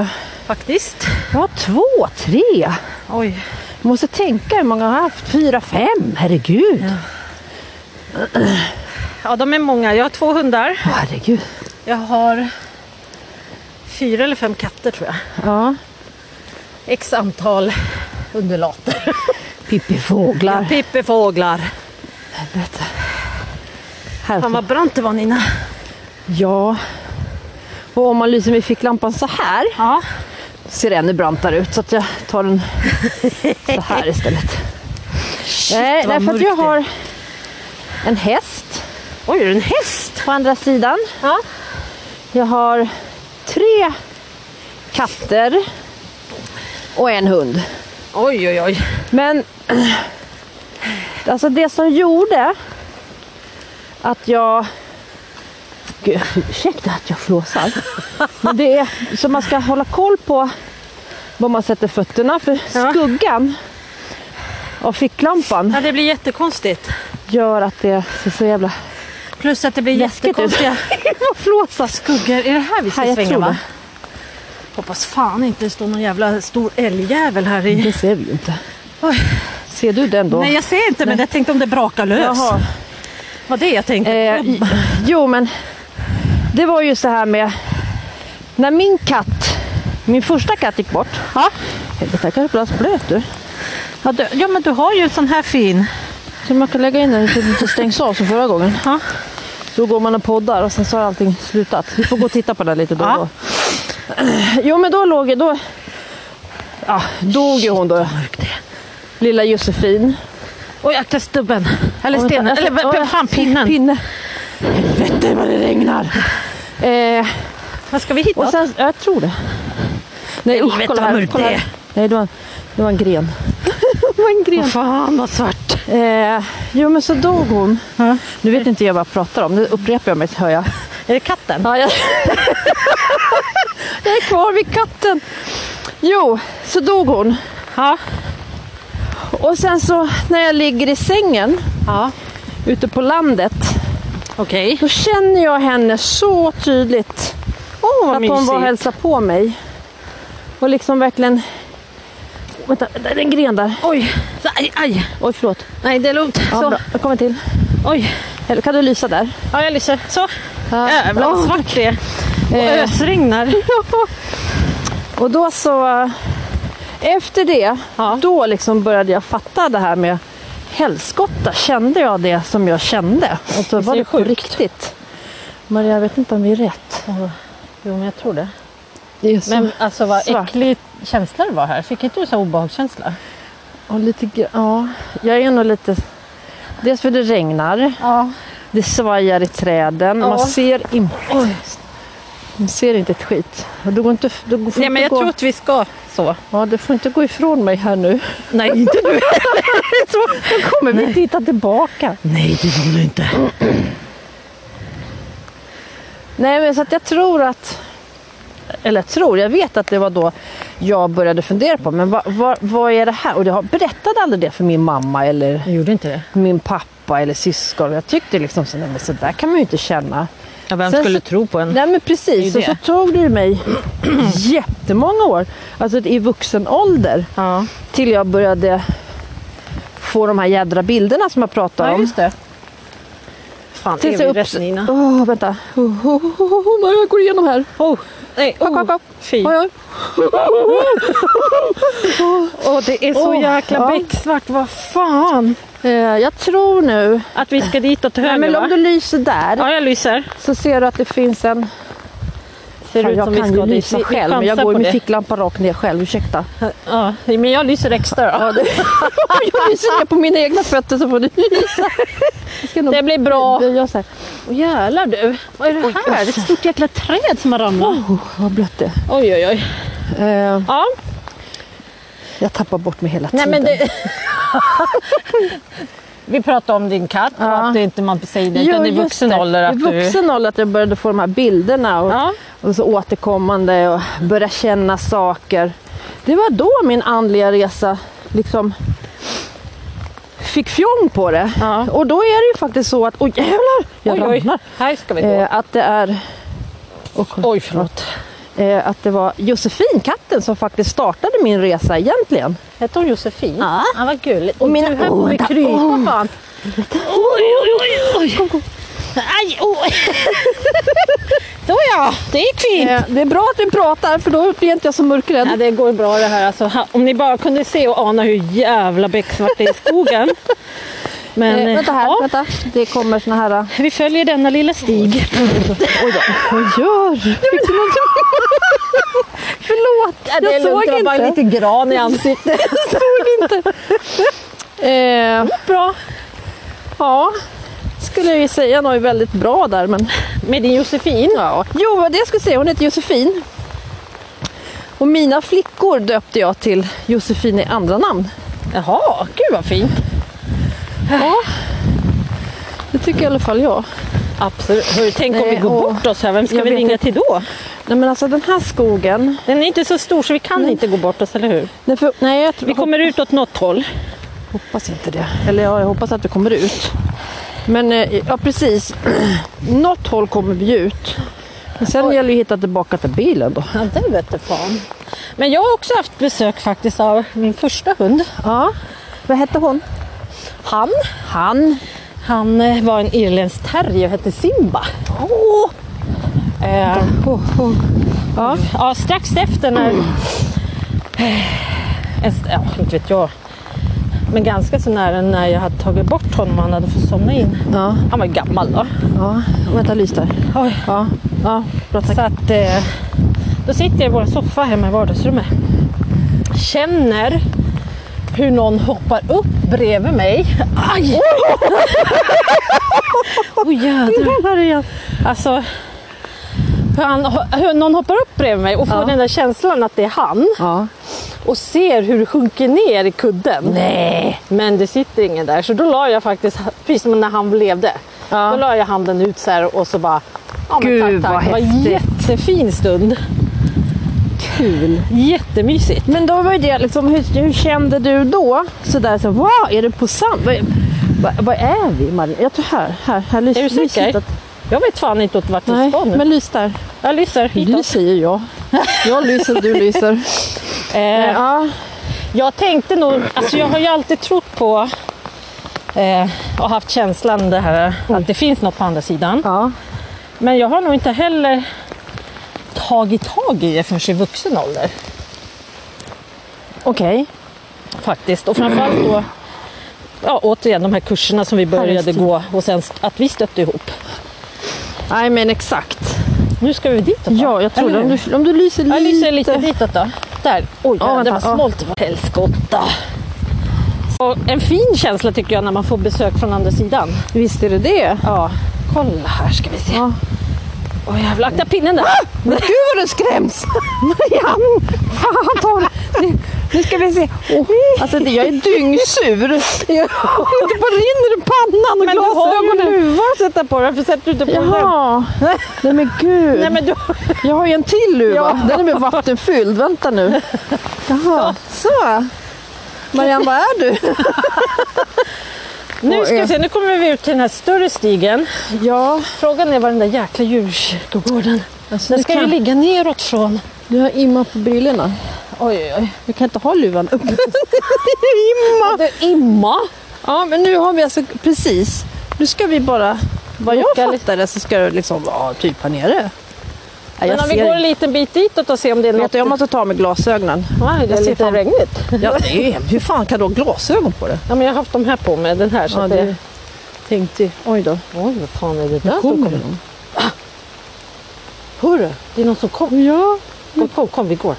[SPEAKER 1] Eh,
[SPEAKER 2] Faktiskt.
[SPEAKER 1] jag har två, tre.
[SPEAKER 2] Oj.
[SPEAKER 1] Jag måste tänka hur många jag har haft. Fyra, fem. Herregud.
[SPEAKER 2] Ja, de är många. Jag har två hundar.
[SPEAKER 1] Åh, herregud.
[SPEAKER 2] Jag har fyra eller fem katter tror jag.
[SPEAKER 1] Ja.
[SPEAKER 2] X antal undulater.
[SPEAKER 1] Pippifåglar.
[SPEAKER 2] Pippifåglar.
[SPEAKER 1] Helvete.
[SPEAKER 2] Fan
[SPEAKER 1] Här.
[SPEAKER 2] vad brant det var Nina.
[SPEAKER 1] Ja. Och om man lyser med ficklampan så här
[SPEAKER 2] Ja.
[SPEAKER 1] ser det ännu brantare ut så att jag tar den så här istället. Nej, därför
[SPEAKER 2] vad
[SPEAKER 1] att
[SPEAKER 2] mörkt
[SPEAKER 1] jag
[SPEAKER 2] det är.
[SPEAKER 1] har en häst
[SPEAKER 2] Oj, är det en häst?
[SPEAKER 1] på andra sidan.
[SPEAKER 2] Ja.
[SPEAKER 1] Jag har tre katter och en hund.
[SPEAKER 2] Oj, oj, oj.
[SPEAKER 1] Men alltså det som gjorde att jag... Gud, ursäkta att jag flåsar. Men det är så man ska hålla koll på var man sätter fötterna för
[SPEAKER 2] Ja.
[SPEAKER 1] skuggan av ficklampan
[SPEAKER 2] Ja, det blir jättekonstigt.
[SPEAKER 1] gör att det ser så jävla
[SPEAKER 2] Plus att det blir
[SPEAKER 1] Läskigt ut.
[SPEAKER 2] jättekonstiga
[SPEAKER 1] Vad flåsar?
[SPEAKER 2] skuggor. Är det här vi ska
[SPEAKER 1] Ja, jag
[SPEAKER 2] svänga
[SPEAKER 1] tror
[SPEAKER 2] va?
[SPEAKER 1] det.
[SPEAKER 2] Hoppas fan inte det står någon jävla stor älgjävel här i...
[SPEAKER 1] Det ser vi ju inte.
[SPEAKER 2] Oj.
[SPEAKER 1] Ser du den då?
[SPEAKER 2] Nej jag ser inte men jag tänkte om det brakar lös.
[SPEAKER 1] Jaha.
[SPEAKER 2] Vad det jag tänkte.
[SPEAKER 1] Eh, i- jo, men det var ju så här med när min katt, min första katt gick bort. Ja. Helvete, här kanske blir blöt du.
[SPEAKER 2] Ja, du, ja men du har ju en sån här fin.
[SPEAKER 1] Så man kan lägga in den så den inte stängs av som förra gången.
[SPEAKER 2] Ja.
[SPEAKER 1] Så går man och poddar och sen så har allting slutat. Vi får gå och titta på den lite då och
[SPEAKER 2] Ja.
[SPEAKER 1] då. Jo, men då låg ju- då, ja, dog ju hon då. Lilla Josefin.
[SPEAKER 2] Oj akta stubben. Eller stenen. Eller
[SPEAKER 1] Oj,
[SPEAKER 2] vad fan pinnen.
[SPEAKER 1] Pinne. Helvete vad det regnar. Eh,
[SPEAKER 2] Vad ska vi hitta?
[SPEAKER 1] Och sen, jag tror det. Nej usch,
[SPEAKER 2] Helvete,
[SPEAKER 1] kolla
[SPEAKER 2] vad
[SPEAKER 1] här.
[SPEAKER 2] mörkt
[SPEAKER 1] Kolla
[SPEAKER 2] det är.
[SPEAKER 1] här. Nej, det var, det var en gren. det var en
[SPEAKER 2] Åh,
[SPEAKER 1] gren.
[SPEAKER 2] fan vad svart.
[SPEAKER 1] Eh, jo men så dog hon.
[SPEAKER 2] Ja.
[SPEAKER 1] Nu vet inte jag vad jag pratar om, nu upprepar jag mig hör jag.
[SPEAKER 2] Är det katten?
[SPEAKER 1] Ja, jag... jag är kvar vid katten. Jo, så dog hon.
[SPEAKER 2] Ja.
[SPEAKER 1] Och sen så när jag ligger i sängen
[SPEAKER 2] ja.
[SPEAKER 1] ute på landet
[SPEAKER 2] Okej.
[SPEAKER 1] då känner jag henne så tydligt.
[SPEAKER 2] Åh vad
[SPEAKER 1] att hon
[SPEAKER 2] mysigt.
[SPEAKER 1] var och hälsade på mig. Och liksom verkligen... Vänta, där är en gren där.
[SPEAKER 2] Oj. Så, aj, aj.
[SPEAKER 1] Oj, förlåt.
[SPEAKER 2] Nej det är lugnt.
[SPEAKER 1] Ja,
[SPEAKER 2] så.
[SPEAKER 1] bra. Jag kommer till.
[SPEAKER 2] Oj.
[SPEAKER 1] Eller kan du lysa där?
[SPEAKER 2] Ja jag lyser. Så.
[SPEAKER 1] Ja.
[SPEAKER 2] Jävlar vad svart det är. Och
[SPEAKER 1] Eh.
[SPEAKER 2] ösregnar.
[SPEAKER 1] Och då så... eh, Efter det,
[SPEAKER 2] Ja.
[SPEAKER 1] då liksom började jag fatta det här med helskotta. Kände jag det som jag kände? Och så
[SPEAKER 2] Visst är
[SPEAKER 1] var
[SPEAKER 2] det
[SPEAKER 1] det på
[SPEAKER 2] sjukt?
[SPEAKER 1] riktigt. Maria, jag vet inte om vi är rätt.
[SPEAKER 2] Jo men jag tror det.
[SPEAKER 1] Det är så...
[SPEAKER 2] Men alltså vad
[SPEAKER 1] svart.
[SPEAKER 2] äcklig känsla det var här. Fick inte du så här obehagskänsla?
[SPEAKER 1] Och lite... gr- Ja, jag är nog lite... Dels för det regnar.
[SPEAKER 2] Ja.
[SPEAKER 1] Det svajar i träden. Man
[SPEAKER 2] Ja.
[SPEAKER 1] ser inte. Man ser inte ett skit. Och Du går inte, du går- får
[SPEAKER 2] Nej
[SPEAKER 1] inte
[SPEAKER 2] men jag
[SPEAKER 4] Typ
[SPEAKER 1] gå,
[SPEAKER 2] tror att vi ska så.
[SPEAKER 1] ja, du får inte gå ifrån mig här nu.
[SPEAKER 2] Nej inte du.
[SPEAKER 1] Då kommer vi titta tillbaka.
[SPEAKER 2] Nej det får du inte.
[SPEAKER 1] Nej, men så att jag tror att... Eller jag tror, jag vet att det var då jag började fundera på, men vad, vad, vad är det här? Och jag har- berättade aldrig det för min mamma eller
[SPEAKER 2] Jag gjorde inte det.
[SPEAKER 1] min pappa eller syskon. Jag tyckte liksom så, nej, men så där kan man ju inte känna.
[SPEAKER 2] Ja, vem
[SPEAKER 1] Sen
[SPEAKER 2] skulle
[SPEAKER 1] så-
[SPEAKER 2] tro på en?
[SPEAKER 1] Nej men
[SPEAKER 2] Mm. Det är
[SPEAKER 1] precis,
[SPEAKER 2] ju
[SPEAKER 1] och så
[SPEAKER 2] det.
[SPEAKER 1] tog det ju mig jättemånga år, alltså i vuxen ålder,
[SPEAKER 2] Ja,
[SPEAKER 1] till jag började få de här jädra bilderna som jag pratade om.
[SPEAKER 2] det. Fan,
[SPEAKER 1] Tills
[SPEAKER 2] är vi
[SPEAKER 1] jag
[SPEAKER 2] rätt
[SPEAKER 1] upp...
[SPEAKER 2] Nina?
[SPEAKER 1] Åh, vänta. Oh, oh, oh, oh, oh, vad jag går igenom här.
[SPEAKER 2] Oh, nej,
[SPEAKER 1] Kom, kom, kom.
[SPEAKER 2] Fy.
[SPEAKER 1] Oj, oj.
[SPEAKER 2] Åh, det är så
[SPEAKER 1] Åh,
[SPEAKER 2] jäkla
[SPEAKER 1] ja.
[SPEAKER 2] becksvart, vad fan.
[SPEAKER 1] Eh, jag tror nu...
[SPEAKER 2] Att vi ska dit åt
[SPEAKER 1] Nej,
[SPEAKER 2] höger
[SPEAKER 1] men
[SPEAKER 2] va?
[SPEAKER 1] om du lyser där
[SPEAKER 2] Ja, jag lyser.
[SPEAKER 1] så ser du att det finns en...
[SPEAKER 4] Ser ut
[SPEAKER 1] jag
[SPEAKER 4] som vi
[SPEAKER 1] kan
[SPEAKER 4] ska
[SPEAKER 1] ju
[SPEAKER 4] dit
[SPEAKER 1] lysa
[SPEAKER 4] vi- vi
[SPEAKER 1] själv, men jag
[SPEAKER 4] chansar
[SPEAKER 1] går
[SPEAKER 4] på
[SPEAKER 1] med
[SPEAKER 4] det.
[SPEAKER 1] ficklampa rakt ner själv, ursäkta.
[SPEAKER 4] Ja, men jag lyser extra då.
[SPEAKER 1] jag lyser ner på mina egna fötter så får du lysa. Jag ska nog
[SPEAKER 4] Det blir bra.
[SPEAKER 1] böja så här.
[SPEAKER 4] Åh, jävlar du, vad är det här? Ett stort jäkla träd som har ramlat.
[SPEAKER 1] Oh, vad blött det är.
[SPEAKER 4] Oj oj oj.
[SPEAKER 1] Eh,
[SPEAKER 4] Ja,
[SPEAKER 1] jag tappar bort mig hela
[SPEAKER 4] nej
[SPEAKER 1] tiden.
[SPEAKER 4] men det... Vi pratade om din katt och
[SPEAKER 1] Ja.
[SPEAKER 4] att det inte man säger det
[SPEAKER 1] Jo,
[SPEAKER 4] utan i
[SPEAKER 1] just
[SPEAKER 4] vuxen
[SPEAKER 1] det.
[SPEAKER 4] ålder att
[SPEAKER 1] I
[SPEAKER 4] du...
[SPEAKER 1] vuxen ålder att jag började få de här bilderna och,
[SPEAKER 4] Ja.
[SPEAKER 1] och så återkommande och börja känna saker. Det var då min andliga resa liksom fick fjong på det.
[SPEAKER 4] Ja.
[SPEAKER 1] Och då är det ju faktiskt så att, oj jävlar, jag
[SPEAKER 4] Oj, oj.
[SPEAKER 1] ramlar.
[SPEAKER 4] Här ska vi gå.
[SPEAKER 1] Eh, att det är
[SPEAKER 4] oj, förlåt.
[SPEAKER 1] eh, att det var Josefinkatten som faktiskt startade min resa egentligen.
[SPEAKER 4] Hette hon Josefin?
[SPEAKER 1] Ja.
[SPEAKER 4] Ah, vad gulligt. Och
[SPEAKER 1] Och mina-
[SPEAKER 4] du, här får
[SPEAKER 1] Åh,
[SPEAKER 4] vi
[SPEAKER 1] vänta. Oh.
[SPEAKER 4] krypa
[SPEAKER 1] Åh.
[SPEAKER 4] fan. Oj, oj, oj, oj. Kom, kom. Aj, oj. Då ja, det gick fint.
[SPEAKER 1] Eh, det är bra att du pratar för då blir inte jag så mörkrädd.
[SPEAKER 4] Ja, det går bra det här. Alltså, ha- om ni bara kunde se och ana hur jävla becksvart det är i skogen. Men
[SPEAKER 1] Eh,
[SPEAKER 4] eh,
[SPEAKER 1] vänta här,
[SPEAKER 4] ja,
[SPEAKER 1] vänta. Det kommer såna här... eh,
[SPEAKER 4] vi följer denna lilla stig.
[SPEAKER 1] Oj då, vad gör du? Förlåt, jag såg inte.
[SPEAKER 4] gran i ansiktet.
[SPEAKER 1] Eh, bra. Ja, skulle jag ju säga något väldigt bra där men...
[SPEAKER 4] Med din Josefin. Ja.
[SPEAKER 1] Jo, vad det jag skulle säga, hon heter Josefin. Och mina flickor döpte jag till Josefin i andra namn.
[SPEAKER 4] Jaha, gud vad fint.
[SPEAKER 1] Det tycker i alla fall jag.
[SPEAKER 4] Absolut. Hörru, tänk om vi
[SPEAKER 1] Nej,
[SPEAKER 4] går
[SPEAKER 1] åh.
[SPEAKER 4] bort oss här, vem ska
[SPEAKER 1] Jag
[SPEAKER 4] vi
[SPEAKER 1] vet
[SPEAKER 4] ringa
[SPEAKER 1] inte.
[SPEAKER 4] till då?
[SPEAKER 1] Nej men alltså den här skogen.
[SPEAKER 4] Den är inte så stor så vi kan inte gå bort oss, eller hur?
[SPEAKER 1] Nej, för, nej jag tror,
[SPEAKER 4] Vi kommer ut åt något håll.
[SPEAKER 1] hoppas inte det. Eller ja, jag hoppas att vi kommer ut. Men eh, ja precis. Något håll kommer vi ut. Men sen gäller det att hitta tillbaka till bilen då.
[SPEAKER 4] Ja, det vete fan. Men jag har också haft besök faktiskt av min första hund.
[SPEAKER 1] Ja. Vad hette hon?
[SPEAKER 4] Han,
[SPEAKER 1] Han.
[SPEAKER 4] han eh, var en irländsk terrier och hette Simba.
[SPEAKER 1] Åh!
[SPEAKER 4] Eh, Ja. ja, strax efter när... Eh, en st- Ja, inte vet jag. Men ganska så nära när jag hade tagit bort honom och han hade fått somna in.
[SPEAKER 1] Ja,
[SPEAKER 4] Han var ju gammal då.
[SPEAKER 1] ja. Vänta, lys där.
[SPEAKER 4] Oj.
[SPEAKER 1] Ja, ja. Bra, tack.
[SPEAKER 4] Så att, eh, då sitter jag i vår soffa hemma i vardagsrummet. Känner hur någon hoppar upp bredvid mig. Aj! Åh jädrar.
[SPEAKER 1] Här är jag.
[SPEAKER 4] Alltså, hur, han, hur någon hoppar upp bredvid mig och får den där känslan att det är han.
[SPEAKER 1] Ja.
[SPEAKER 4] och ser hur det sjunker ner i kudden. Nej. Men det sitter ingen där. Så då la jag faktiskt, precis som när han levde,
[SPEAKER 1] Ja.
[SPEAKER 4] då la jag handen ut så här och så bara Ja, men
[SPEAKER 1] Gud,
[SPEAKER 4] tack, tack.
[SPEAKER 1] vad
[SPEAKER 4] Det var en jättefin stund.
[SPEAKER 1] Kul.
[SPEAKER 4] Jättemysigt.
[SPEAKER 1] Men då var ju det liksom, hur, hur kände du då? Sådär så, wow, är det på sand? Vad, vad, vad är vi Marie? Jag tror här, här, här lys,
[SPEAKER 4] Är du
[SPEAKER 1] lys
[SPEAKER 4] säker?
[SPEAKER 1] hitåt.
[SPEAKER 4] Jag vet fan inte åt vart vi
[SPEAKER 1] Nej,
[SPEAKER 4] ska nu.
[SPEAKER 1] men lys där.
[SPEAKER 4] Jag lyser
[SPEAKER 1] Lys
[SPEAKER 4] hitåt.
[SPEAKER 1] säger jag. Jag lyser, du lyser. Eh,
[SPEAKER 4] Eh,
[SPEAKER 1] ja.
[SPEAKER 4] jag tänkte nog, alltså jag har ju alltid trott på eh, och haft känslan det här, att det finns något på andra sidan.
[SPEAKER 1] ja.
[SPEAKER 4] Men jag har nog inte heller tagit tag i det förrän i vuxen ålder.
[SPEAKER 1] Okej.
[SPEAKER 4] faktiskt. Och framförallt då, ja, återigen de här kurserna som vi började
[SPEAKER 1] Herregud.
[SPEAKER 4] gå och sen st- att vi stötte ihop.
[SPEAKER 1] Nej men exakt.
[SPEAKER 4] Nu ska vi ditåt va?
[SPEAKER 1] Ja, jag tror det.
[SPEAKER 4] Eller
[SPEAKER 1] Om
[SPEAKER 4] hur?
[SPEAKER 1] du, om du lyser lite.
[SPEAKER 4] Jag lyser lite ditåt då. Där. Oj,
[SPEAKER 1] Ja,
[SPEAKER 4] ja, det
[SPEAKER 1] vänta,
[SPEAKER 4] var
[SPEAKER 1] ja.
[SPEAKER 4] smolt. Ja. Helskotta. Och en fin känsla tycker jag när man får besök från andra sidan.
[SPEAKER 1] Visst är det det?
[SPEAKER 4] Ja, kolla här ska vi se.
[SPEAKER 1] Ja.
[SPEAKER 4] Åh jävlar, akta pinnen där.
[SPEAKER 1] Men gud vad du skräms! Marianne! Fan Tom! Nu, nu ska vi se. Åh, alltså det- jag är dyngsur. Jag det bara rinner i pannan och
[SPEAKER 4] Men du har ju
[SPEAKER 1] glasögonen.
[SPEAKER 4] luva att sätta på dig. Varför sätter du inte på den?
[SPEAKER 1] Jaha. Nej men gud.
[SPEAKER 4] Nej men du
[SPEAKER 1] Jag har ju en till luva.
[SPEAKER 4] Ja.
[SPEAKER 1] Den är med vattenfylld. Vänta nu. Jaha. Så. Marianne, vad är du?
[SPEAKER 4] Nu
[SPEAKER 1] Vad
[SPEAKER 4] ska
[SPEAKER 1] är-
[SPEAKER 4] vi se, nu kommer vi ut till den här större stigen.
[SPEAKER 1] Ja,
[SPEAKER 4] Frågan är var den där jäkla djurkyrkogården
[SPEAKER 1] alltså,
[SPEAKER 4] Den
[SPEAKER 1] du,
[SPEAKER 4] ska
[SPEAKER 1] kan,
[SPEAKER 4] ju ligga neråt från.
[SPEAKER 1] du har imma på brillorna.
[SPEAKER 4] Oj, oj, oj.
[SPEAKER 1] Du kan inte ha luvan uppe.
[SPEAKER 4] Ja, det är imma.
[SPEAKER 1] Ja, men nu har vi alltså precis. Nu ska vi bara, vad jag
[SPEAKER 4] Åka lite.
[SPEAKER 1] fattar det så ska du liksom, ja, typ här nere. Ja, jag
[SPEAKER 4] Men om vi
[SPEAKER 1] ser
[SPEAKER 4] går en
[SPEAKER 1] inte.
[SPEAKER 4] liten bit ditåt och ser om det är
[SPEAKER 1] Vet
[SPEAKER 4] något.
[SPEAKER 1] du, jag måste ta med glasögonen.
[SPEAKER 4] Aj, det
[SPEAKER 1] jag
[SPEAKER 4] är
[SPEAKER 1] ser
[SPEAKER 4] lite
[SPEAKER 1] fan-
[SPEAKER 4] regnigt.
[SPEAKER 1] Ja, det är ju hemskt. Hur fan kan du ha glasögon på det?
[SPEAKER 4] Ja, men jag har haft de här på mig. Den här. Så
[SPEAKER 1] Ja,
[SPEAKER 4] att
[SPEAKER 1] det
[SPEAKER 4] det...
[SPEAKER 1] tänkte Oj då.
[SPEAKER 4] Oj, vad fan är det där?
[SPEAKER 1] Där
[SPEAKER 4] som
[SPEAKER 1] kommer
[SPEAKER 4] kommer?
[SPEAKER 1] de.
[SPEAKER 4] Hörru, det är någon som kom.
[SPEAKER 1] Ja.
[SPEAKER 4] Kom, kom, kom vi går.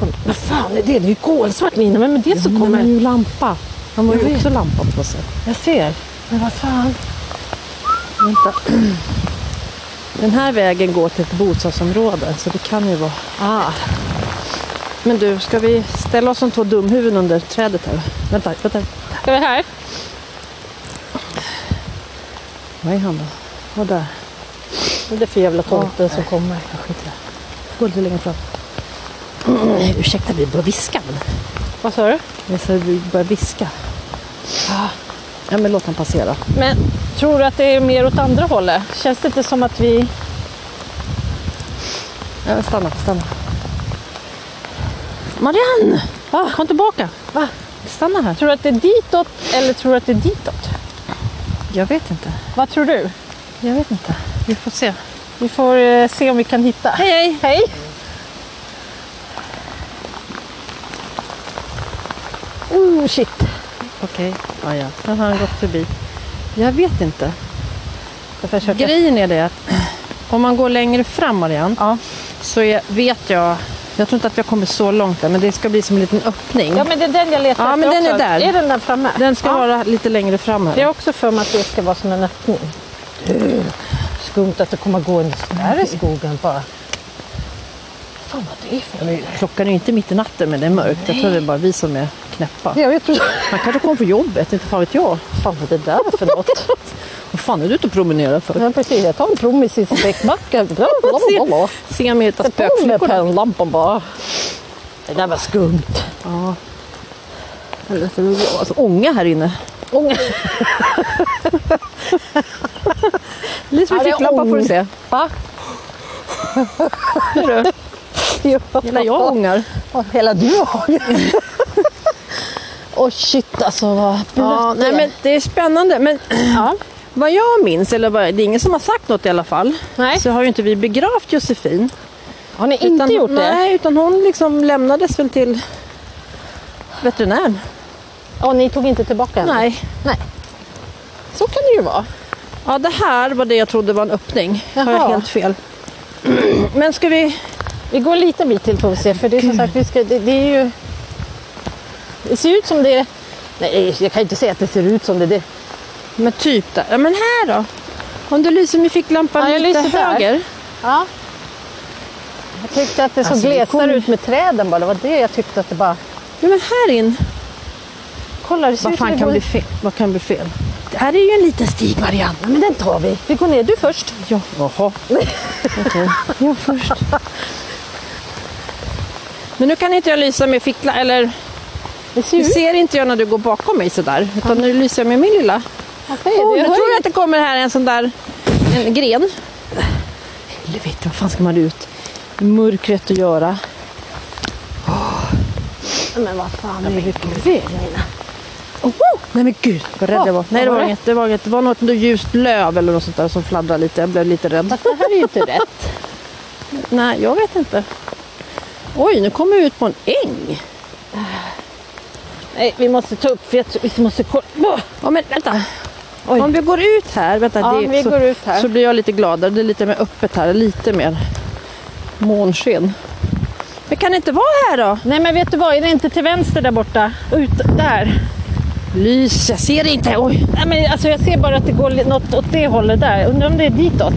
[SPEAKER 4] Kom. Vad fan är det? Det är ju kolsvart Nina, men med det så
[SPEAKER 1] Men
[SPEAKER 4] kommer...
[SPEAKER 1] han är ju lampa. Han har
[SPEAKER 4] Jag
[SPEAKER 1] ju
[SPEAKER 4] vet.
[SPEAKER 1] också lampa på sig.
[SPEAKER 4] Jag ser.
[SPEAKER 1] Men vad fan. Vänta. Den här vägen går till ett bostadsområde så det kan ju vara...
[SPEAKER 4] Ah,
[SPEAKER 1] Men du, ska vi ställa oss som två dumhuvuden under trädet här? Vänta, vänta.
[SPEAKER 4] ska vi här?
[SPEAKER 1] Var är han då? Och där.
[SPEAKER 4] Det är för jävla tomten som kommer. Jag skiter i det.
[SPEAKER 1] Gå lite längre fram.
[SPEAKER 4] Nej, ursäkta, vi börjar viska. men- Vad sa du?
[SPEAKER 1] Jag ser vi börjar viska. Ja, men låt han passera.
[SPEAKER 4] Men tror du att det är mer åt andra hållet? Känns det inte som att vi...
[SPEAKER 1] Ja, men stanna, stanna. Marianne!
[SPEAKER 4] Ah,
[SPEAKER 1] Kom tillbaka. Va? Stanna här.
[SPEAKER 4] Tror du att det är ditåt eller tror du att det är ditåt?
[SPEAKER 1] Jag vet inte.
[SPEAKER 4] Vad tror du?
[SPEAKER 1] Jag vet inte. Vi får se.
[SPEAKER 4] Vi får eh, se om vi kan hitta. Hej, hej! hej. Oh shit!
[SPEAKER 1] Okej. Ja, ja. Nu har han gått förbi. Jag vet inte.
[SPEAKER 4] Jag försöker.
[SPEAKER 1] Grejen är det att om man går längre fram, Marianne,
[SPEAKER 4] Ja.
[SPEAKER 1] så är, vet jag... Jag tror inte att jag kommer så långt där, men det ska bli som en liten öppning.
[SPEAKER 4] Ja men det är den jag letar
[SPEAKER 1] Ja,
[SPEAKER 4] efter
[SPEAKER 1] men den
[SPEAKER 4] också.
[SPEAKER 1] är där.
[SPEAKER 4] Är den där framme?
[SPEAKER 1] Den ska
[SPEAKER 4] ja.
[SPEAKER 1] vara lite längre fram
[SPEAKER 4] Jag
[SPEAKER 1] här.
[SPEAKER 4] har också för mig att det ska vara som en öppning. Skumt att det kommer gå en där i skogen bara. Fan vad det är för
[SPEAKER 1] Men Klockan är ju inte mitt i natten, men det är mörkt. Jag tror det är bara vi som är knäppa.
[SPEAKER 4] Jag vet precis.
[SPEAKER 1] Han kanske kommer på jobbet, inte fan vet jag.
[SPEAKER 4] Fan vad det där är för något.
[SPEAKER 1] Vad fan är du ute och promenerar för?
[SPEAKER 4] Ja, precis. Jag tar en promis i späckbacken. Blablabla.
[SPEAKER 1] Se om jag hittar
[SPEAKER 4] Sätt på med
[SPEAKER 1] spökflickorna.
[SPEAKER 4] pennlampan bara. Det där var skumt.
[SPEAKER 1] Ja. Eller så är det alltså, ånga här inne.
[SPEAKER 4] Ånga.
[SPEAKER 1] Lys med
[SPEAKER 4] Ja, det är
[SPEAKER 1] ficklampa får du
[SPEAKER 4] ång.
[SPEAKER 1] se.
[SPEAKER 4] Va?
[SPEAKER 1] Ser du?
[SPEAKER 4] Ja.
[SPEAKER 1] Gillar jag ångar.
[SPEAKER 4] Ja, Hela du har Åh shit alltså vad
[SPEAKER 1] Ja, nej, men det är spännande. Men
[SPEAKER 4] ja.
[SPEAKER 1] vad jag minns, eller vad, det är ingen som har sagt något i alla fall,
[SPEAKER 4] Nej.
[SPEAKER 1] så har ju inte vi begravt Josefin.
[SPEAKER 4] Har ni inte
[SPEAKER 1] Utan-
[SPEAKER 4] gjort det?
[SPEAKER 1] Nej, utan hon liksom lämnades väl till veterinären.
[SPEAKER 4] Ja, ni tog inte tillbaka henne?
[SPEAKER 1] Nej.
[SPEAKER 4] Nej. Så kan det ju vara.
[SPEAKER 1] Ja, det här var det jag trodde var en öppning. Har jag
[SPEAKER 4] Jaha.
[SPEAKER 1] helt fel? Men ska vi...
[SPEAKER 4] Vi går en liten bit till får vi se för det är som sagt, vi ska, det, det är ju... Det ser ut som det... Nej, jag kan ju inte säga att det ser ut som det. det
[SPEAKER 1] Men typ där. Ja, men här då? Om du lyser med
[SPEAKER 4] Ja,
[SPEAKER 1] ficklampan
[SPEAKER 4] jag
[SPEAKER 1] lite
[SPEAKER 4] lyser där.
[SPEAKER 1] höger.
[SPEAKER 4] ja. Jag tyckte att det såg
[SPEAKER 1] Alltså, det
[SPEAKER 4] glesare
[SPEAKER 1] kom-
[SPEAKER 4] ut med träden bara. Det var det jag tyckte att det bara...
[SPEAKER 1] Ja, men här in.
[SPEAKER 4] Kolla, det ser
[SPEAKER 1] Vad
[SPEAKER 4] ut som
[SPEAKER 1] fan
[SPEAKER 4] det
[SPEAKER 1] kan
[SPEAKER 4] går...
[SPEAKER 1] bli fel? Vad kan bli fel? Det här är ju en liten stig, Marianne.
[SPEAKER 4] Men den tar vi. Vi går ner. Du först.
[SPEAKER 1] Ja. Jaha. Okej. Jag först. Men nu kan inte jag lysa med fickla,
[SPEAKER 4] Mm.
[SPEAKER 1] eller
[SPEAKER 4] Det ser
[SPEAKER 1] nu
[SPEAKER 4] ut...
[SPEAKER 1] ser inte jag när du går bakom mig sådär. Utan nu lyser jag med min lilla.
[SPEAKER 4] Varför är
[SPEAKER 1] Oh, jag
[SPEAKER 4] det? Jag hör
[SPEAKER 1] tror
[SPEAKER 4] ju-
[SPEAKER 1] att det kommer här en sån där en gren. Helvete, vad fan ska man ut i mörkret och göra?
[SPEAKER 4] Men vad fan är det på väg Nina?
[SPEAKER 1] Oh, wow! Nej men gud, vad rädd
[SPEAKER 4] Åh,
[SPEAKER 1] jag var. Nej, det
[SPEAKER 4] vad
[SPEAKER 1] var,
[SPEAKER 4] var det?
[SPEAKER 1] inget, det var inget. Det var något ljust löv eller något sånt där som fladdrade lite. Jag blev lite rädd.
[SPEAKER 4] Det här är ju inte rätt.
[SPEAKER 1] Nej, jag vet inte. Oj, nu kommer vi ut på en äng.
[SPEAKER 4] Nej, vi måste ta upp. Vi vi måste kolla.
[SPEAKER 1] Ja, men vänta.
[SPEAKER 4] Oj.
[SPEAKER 1] Om vi går ut här, vänta,
[SPEAKER 4] Ja,
[SPEAKER 1] det,
[SPEAKER 4] vi
[SPEAKER 1] så,
[SPEAKER 4] går ut här.
[SPEAKER 1] så blir jag lite gladare. Det är lite mer öppet här, lite mer månsken. Men kan det inte vara här då?
[SPEAKER 4] Nej men vet du vad, är det inte till vänster där borta? Ut där.
[SPEAKER 1] Lys, jag ser det inte. Oj.
[SPEAKER 4] Nej men alltså jag ser bara att det går li- något åt det hållet där. Undrar om det är ditåt.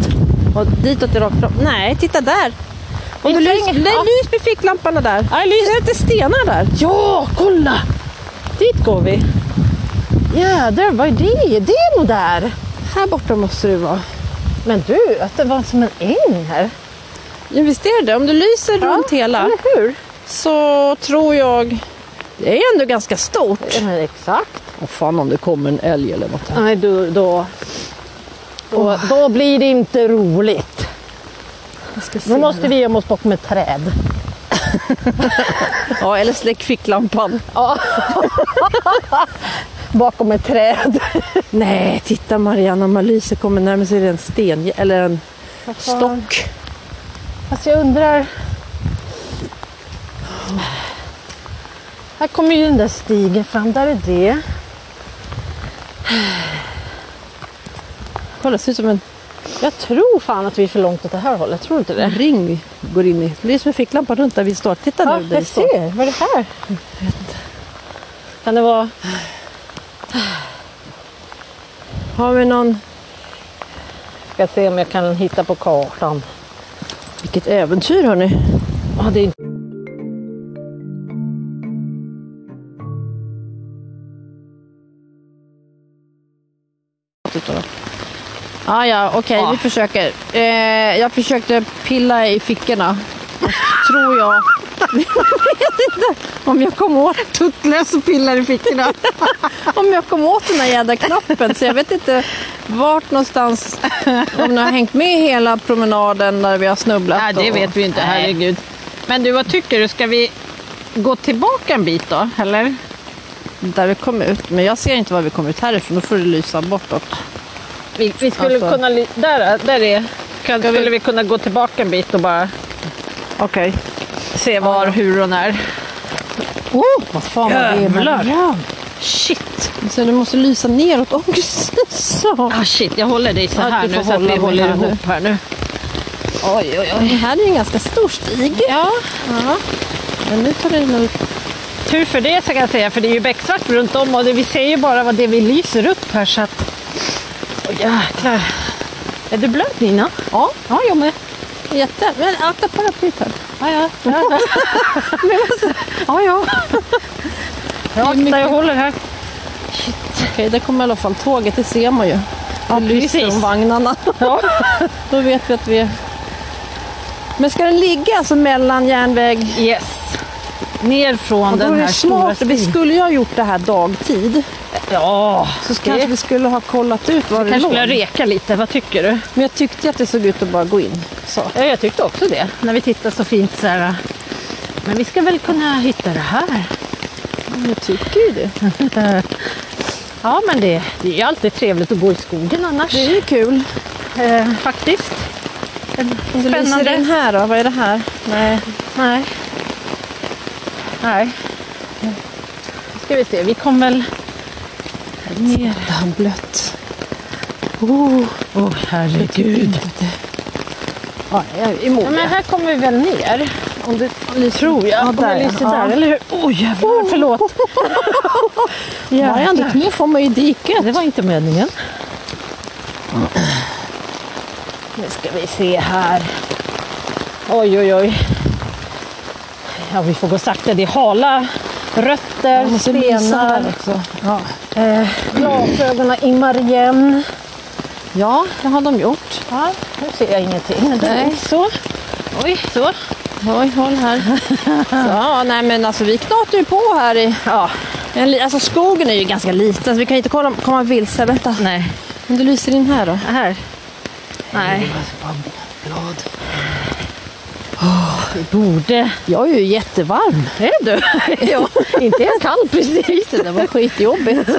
[SPEAKER 1] Och ditåt är rakt fram. Nej, titta där.
[SPEAKER 4] Vi
[SPEAKER 1] Om du lys,
[SPEAKER 4] slänger-
[SPEAKER 1] lys,
[SPEAKER 4] ja.
[SPEAKER 1] lys med ficklamporna där.
[SPEAKER 4] Ja, lys.
[SPEAKER 1] Ser du inte stenar där?
[SPEAKER 4] Ja, kolla! Dit går vi. Jädrar, vad är det? Det är nog där.
[SPEAKER 1] Här borta måste det vara.
[SPEAKER 4] Men du, att det var som en äng här.
[SPEAKER 1] Ja, visst är det Om du lyser runt hela
[SPEAKER 4] Eller hur?
[SPEAKER 1] så tror jag... Det är ändå ganska stort.
[SPEAKER 4] Ja, men exakt.
[SPEAKER 1] Åh fan om det kommer en älg eller något.
[SPEAKER 4] Nej, du, då... Då, då blir det inte roligt.
[SPEAKER 1] Jag ska se
[SPEAKER 4] Nu
[SPEAKER 1] måste...
[SPEAKER 4] måste vi gömma oss bakom ett träd.
[SPEAKER 1] Ja, eller släck ficklampan.
[SPEAKER 4] Bakom ett träd.
[SPEAKER 1] Nej, titta Marianne, om man lyser kommer närmare sig en sten eller en stock.
[SPEAKER 4] Fast Alltså, jag undrar... Här kommer ju den där stigen fram. Där är det.
[SPEAKER 1] Kolla, det ser ut som en
[SPEAKER 4] Jag tror fan att vi är för långt åt det här hållet, tror du inte det?
[SPEAKER 1] Ring går in i. Det är som en ficklampa runt där vi står. Titta
[SPEAKER 4] Ja,
[SPEAKER 1] nu där vi
[SPEAKER 4] jag
[SPEAKER 1] står.
[SPEAKER 4] ser. Vad är det här? Kan det vara...
[SPEAKER 1] Har vi någon...
[SPEAKER 4] Ska se om jag kan hitta på kartan.
[SPEAKER 1] Vilket äventyr hörni.
[SPEAKER 4] Ja, det är inte...
[SPEAKER 1] Ah, ja, okej, vi försöker. Eh, jag försökte pilla i fickorna. Tror jag. jag vet inte om jag kom åt tuttlös och pillar i fickorna. om jag kom åt den där jädra knappen. Så jag vet inte vart någonstans. Om ni har hängt med hela promenaden där vi har snubblat.
[SPEAKER 4] Nej, det
[SPEAKER 1] och-
[SPEAKER 4] vet vi inte.
[SPEAKER 1] Nej.
[SPEAKER 4] Herregud. Men du, vad tycker du? Ska vi gå tillbaka en bit då, eller?
[SPEAKER 1] Där vi kom ut. Men jag ser inte var vi kom ut härifrån. Då får det lysa bortåt.
[SPEAKER 4] Vi, vi skulle
[SPEAKER 1] Alltså.
[SPEAKER 4] kunna... li- Där, där är... Kan, skulle vi kunna gå tillbaka en bit och bara
[SPEAKER 1] Okej.
[SPEAKER 4] se var, hur och när?
[SPEAKER 1] Oh, vad fan var det?
[SPEAKER 4] Jävlar! Shit!
[SPEAKER 1] Så du måste lysa neråt också. Så.
[SPEAKER 4] Ah, shit, jag håller dig så
[SPEAKER 1] Ja,
[SPEAKER 4] här
[SPEAKER 1] du
[SPEAKER 4] nu
[SPEAKER 1] får
[SPEAKER 4] så att
[SPEAKER 1] hålla mig
[SPEAKER 4] vi håller
[SPEAKER 1] här nu.
[SPEAKER 4] ihop här nu. Oj, oj,
[SPEAKER 1] Det
[SPEAKER 4] oj.
[SPEAKER 1] här är ju en ganska stor stig.
[SPEAKER 4] Ja,
[SPEAKER 1] Men nu tar det nog...
[SPEAKER 4] tur för det så kan jag säga, för det är ju becksvart runt om och det, vi ser ju bara vad det vi lyser upp här så att... Åh jäklar. Är du blöt Nina?
[SPEAKER 1] Ja.
[SPEAKER 4] Ja, jag med.
[SPEAKER 1] Jätte... Men akta paraplyet här.
[SPEAKER 4] Ja, ja. Ja, ja. ja, ja. Jag aktar, jag håller här.
[SPEAKER 1] Okej, där kommer i alla fall tåget. Det ser man ju. Det
[SPEAKER 4] Ja,
[SPEAKER 1] lyser
[SPEAKER 4] precis.
[SPEAKER 1] om vagnarna.
[SPEAKER 4] Ja.
[SPEAKER 1] Då vet vi att vi är... Men ska den ligga alltså mellan järnväg...
[SPEAKER 4] Yes. Ner från
[SPEAKER 1] Ja, då är
[SPEAKER 4] den här
[SPEAKER 1] det
[SPEAKER 4] stora
[SPEAKER 1] smart. Vi
[SPEAKER 4] stigen.
[SPEAKER 1] skulle ju ha gjort det här dagtid.
[SPEAKER 4] Ja,
[SPEAKER 1] Så kanske vi skulle ha kollat ut var det
[SPEAKER 4] kanske
[SPEAKER 1] låg.
[SPEAKER 4] skulle jag reka lite. Vad tycker du?
[SPEAKER 1] Men jag tyckte ju att det såg ut att bara gå in. Så.
[SPEAKER 4] Ja, jag tyckte också det. När vi tittade så fint så här. Men vi ska väl kunna hitta det här.
[SPEAKER 1] Jag tycker ju det.
[SPEAKER 4] Ja, men det, det är alltid trevligt att gå i skogen annars.
[SPEAKER 1] Det är ju kul.
[SPEAKER 4] Eh, faktiskt.
[SPEAKER 1] Lyser
[SPEAKER 4] Spännande.
[SPEAKER 1] den här då? Vad är det här? Nej.
[SPEAKER 4] Nej. Nej. Nu ska vi se, vi kom väl ner.
[SPEAKER 1] Det är blött.
[SPEAKER 4] Åh, oh, herregud.
[SPEAKER 1] Ja, jag är emot
[SPEAKER 4] Ja, men
[SPEAKER 1] det.
[SPEAKER 4] här kommer vi väl ner. Om det, tror jag.
[SPEAKER 1] Ja,
[SPEAKER 4] Om
[SPEAKER 1] där,
[SPEAKER 4] det lyser
[SPEAKER 1] ja.
[SPEAKER 4] där, eller hur? Åh, oh, jävlar. Förlåt.
[SPEAKER 1] Marianne, ditt knä får man ju i diket.
[SPEAKER 4] Det var inte meningen. Nu ska vi se här. Oj, oj, oj. Ja, vi får gå sakta. Det är hala rötter,
[SPEAKER 1] Jag måste lysa
[SPEAKER 4] stenar.
[SPEAKER 1] här också. Ja.
[SPEAKER 4] Eh, glasögonen immar igen.
[SPEAKER 1] ja, det har de gjort.
[SPEAKER 4] Ja, nu ser jag ingenting.
[SPEAKER 1] Nej.
[SPEAKER 4] Så. Oj, så.
[SPEAKER 1] Oj, håll här. Så, ja, nej men alltså vi knatar ju på här i...
[SPEAKER 4] Ja,
[SPEAKER 1] en li- Alltså skogen är ju ganska liten så vi kan ju inte komma, komma vilse. Vänta,
[SPEAKER 4] nej.
[SPEAKER 1] om du lyser in här då.
[SPEAKER 4] Här. Nej. Det borde...
[SPEAKER 1] Jag är ju jättevarm.
[SPEAKER 4] Är du? ja, inte ens kall precis.
[SPEAKER 1] Det var skitjobbigt.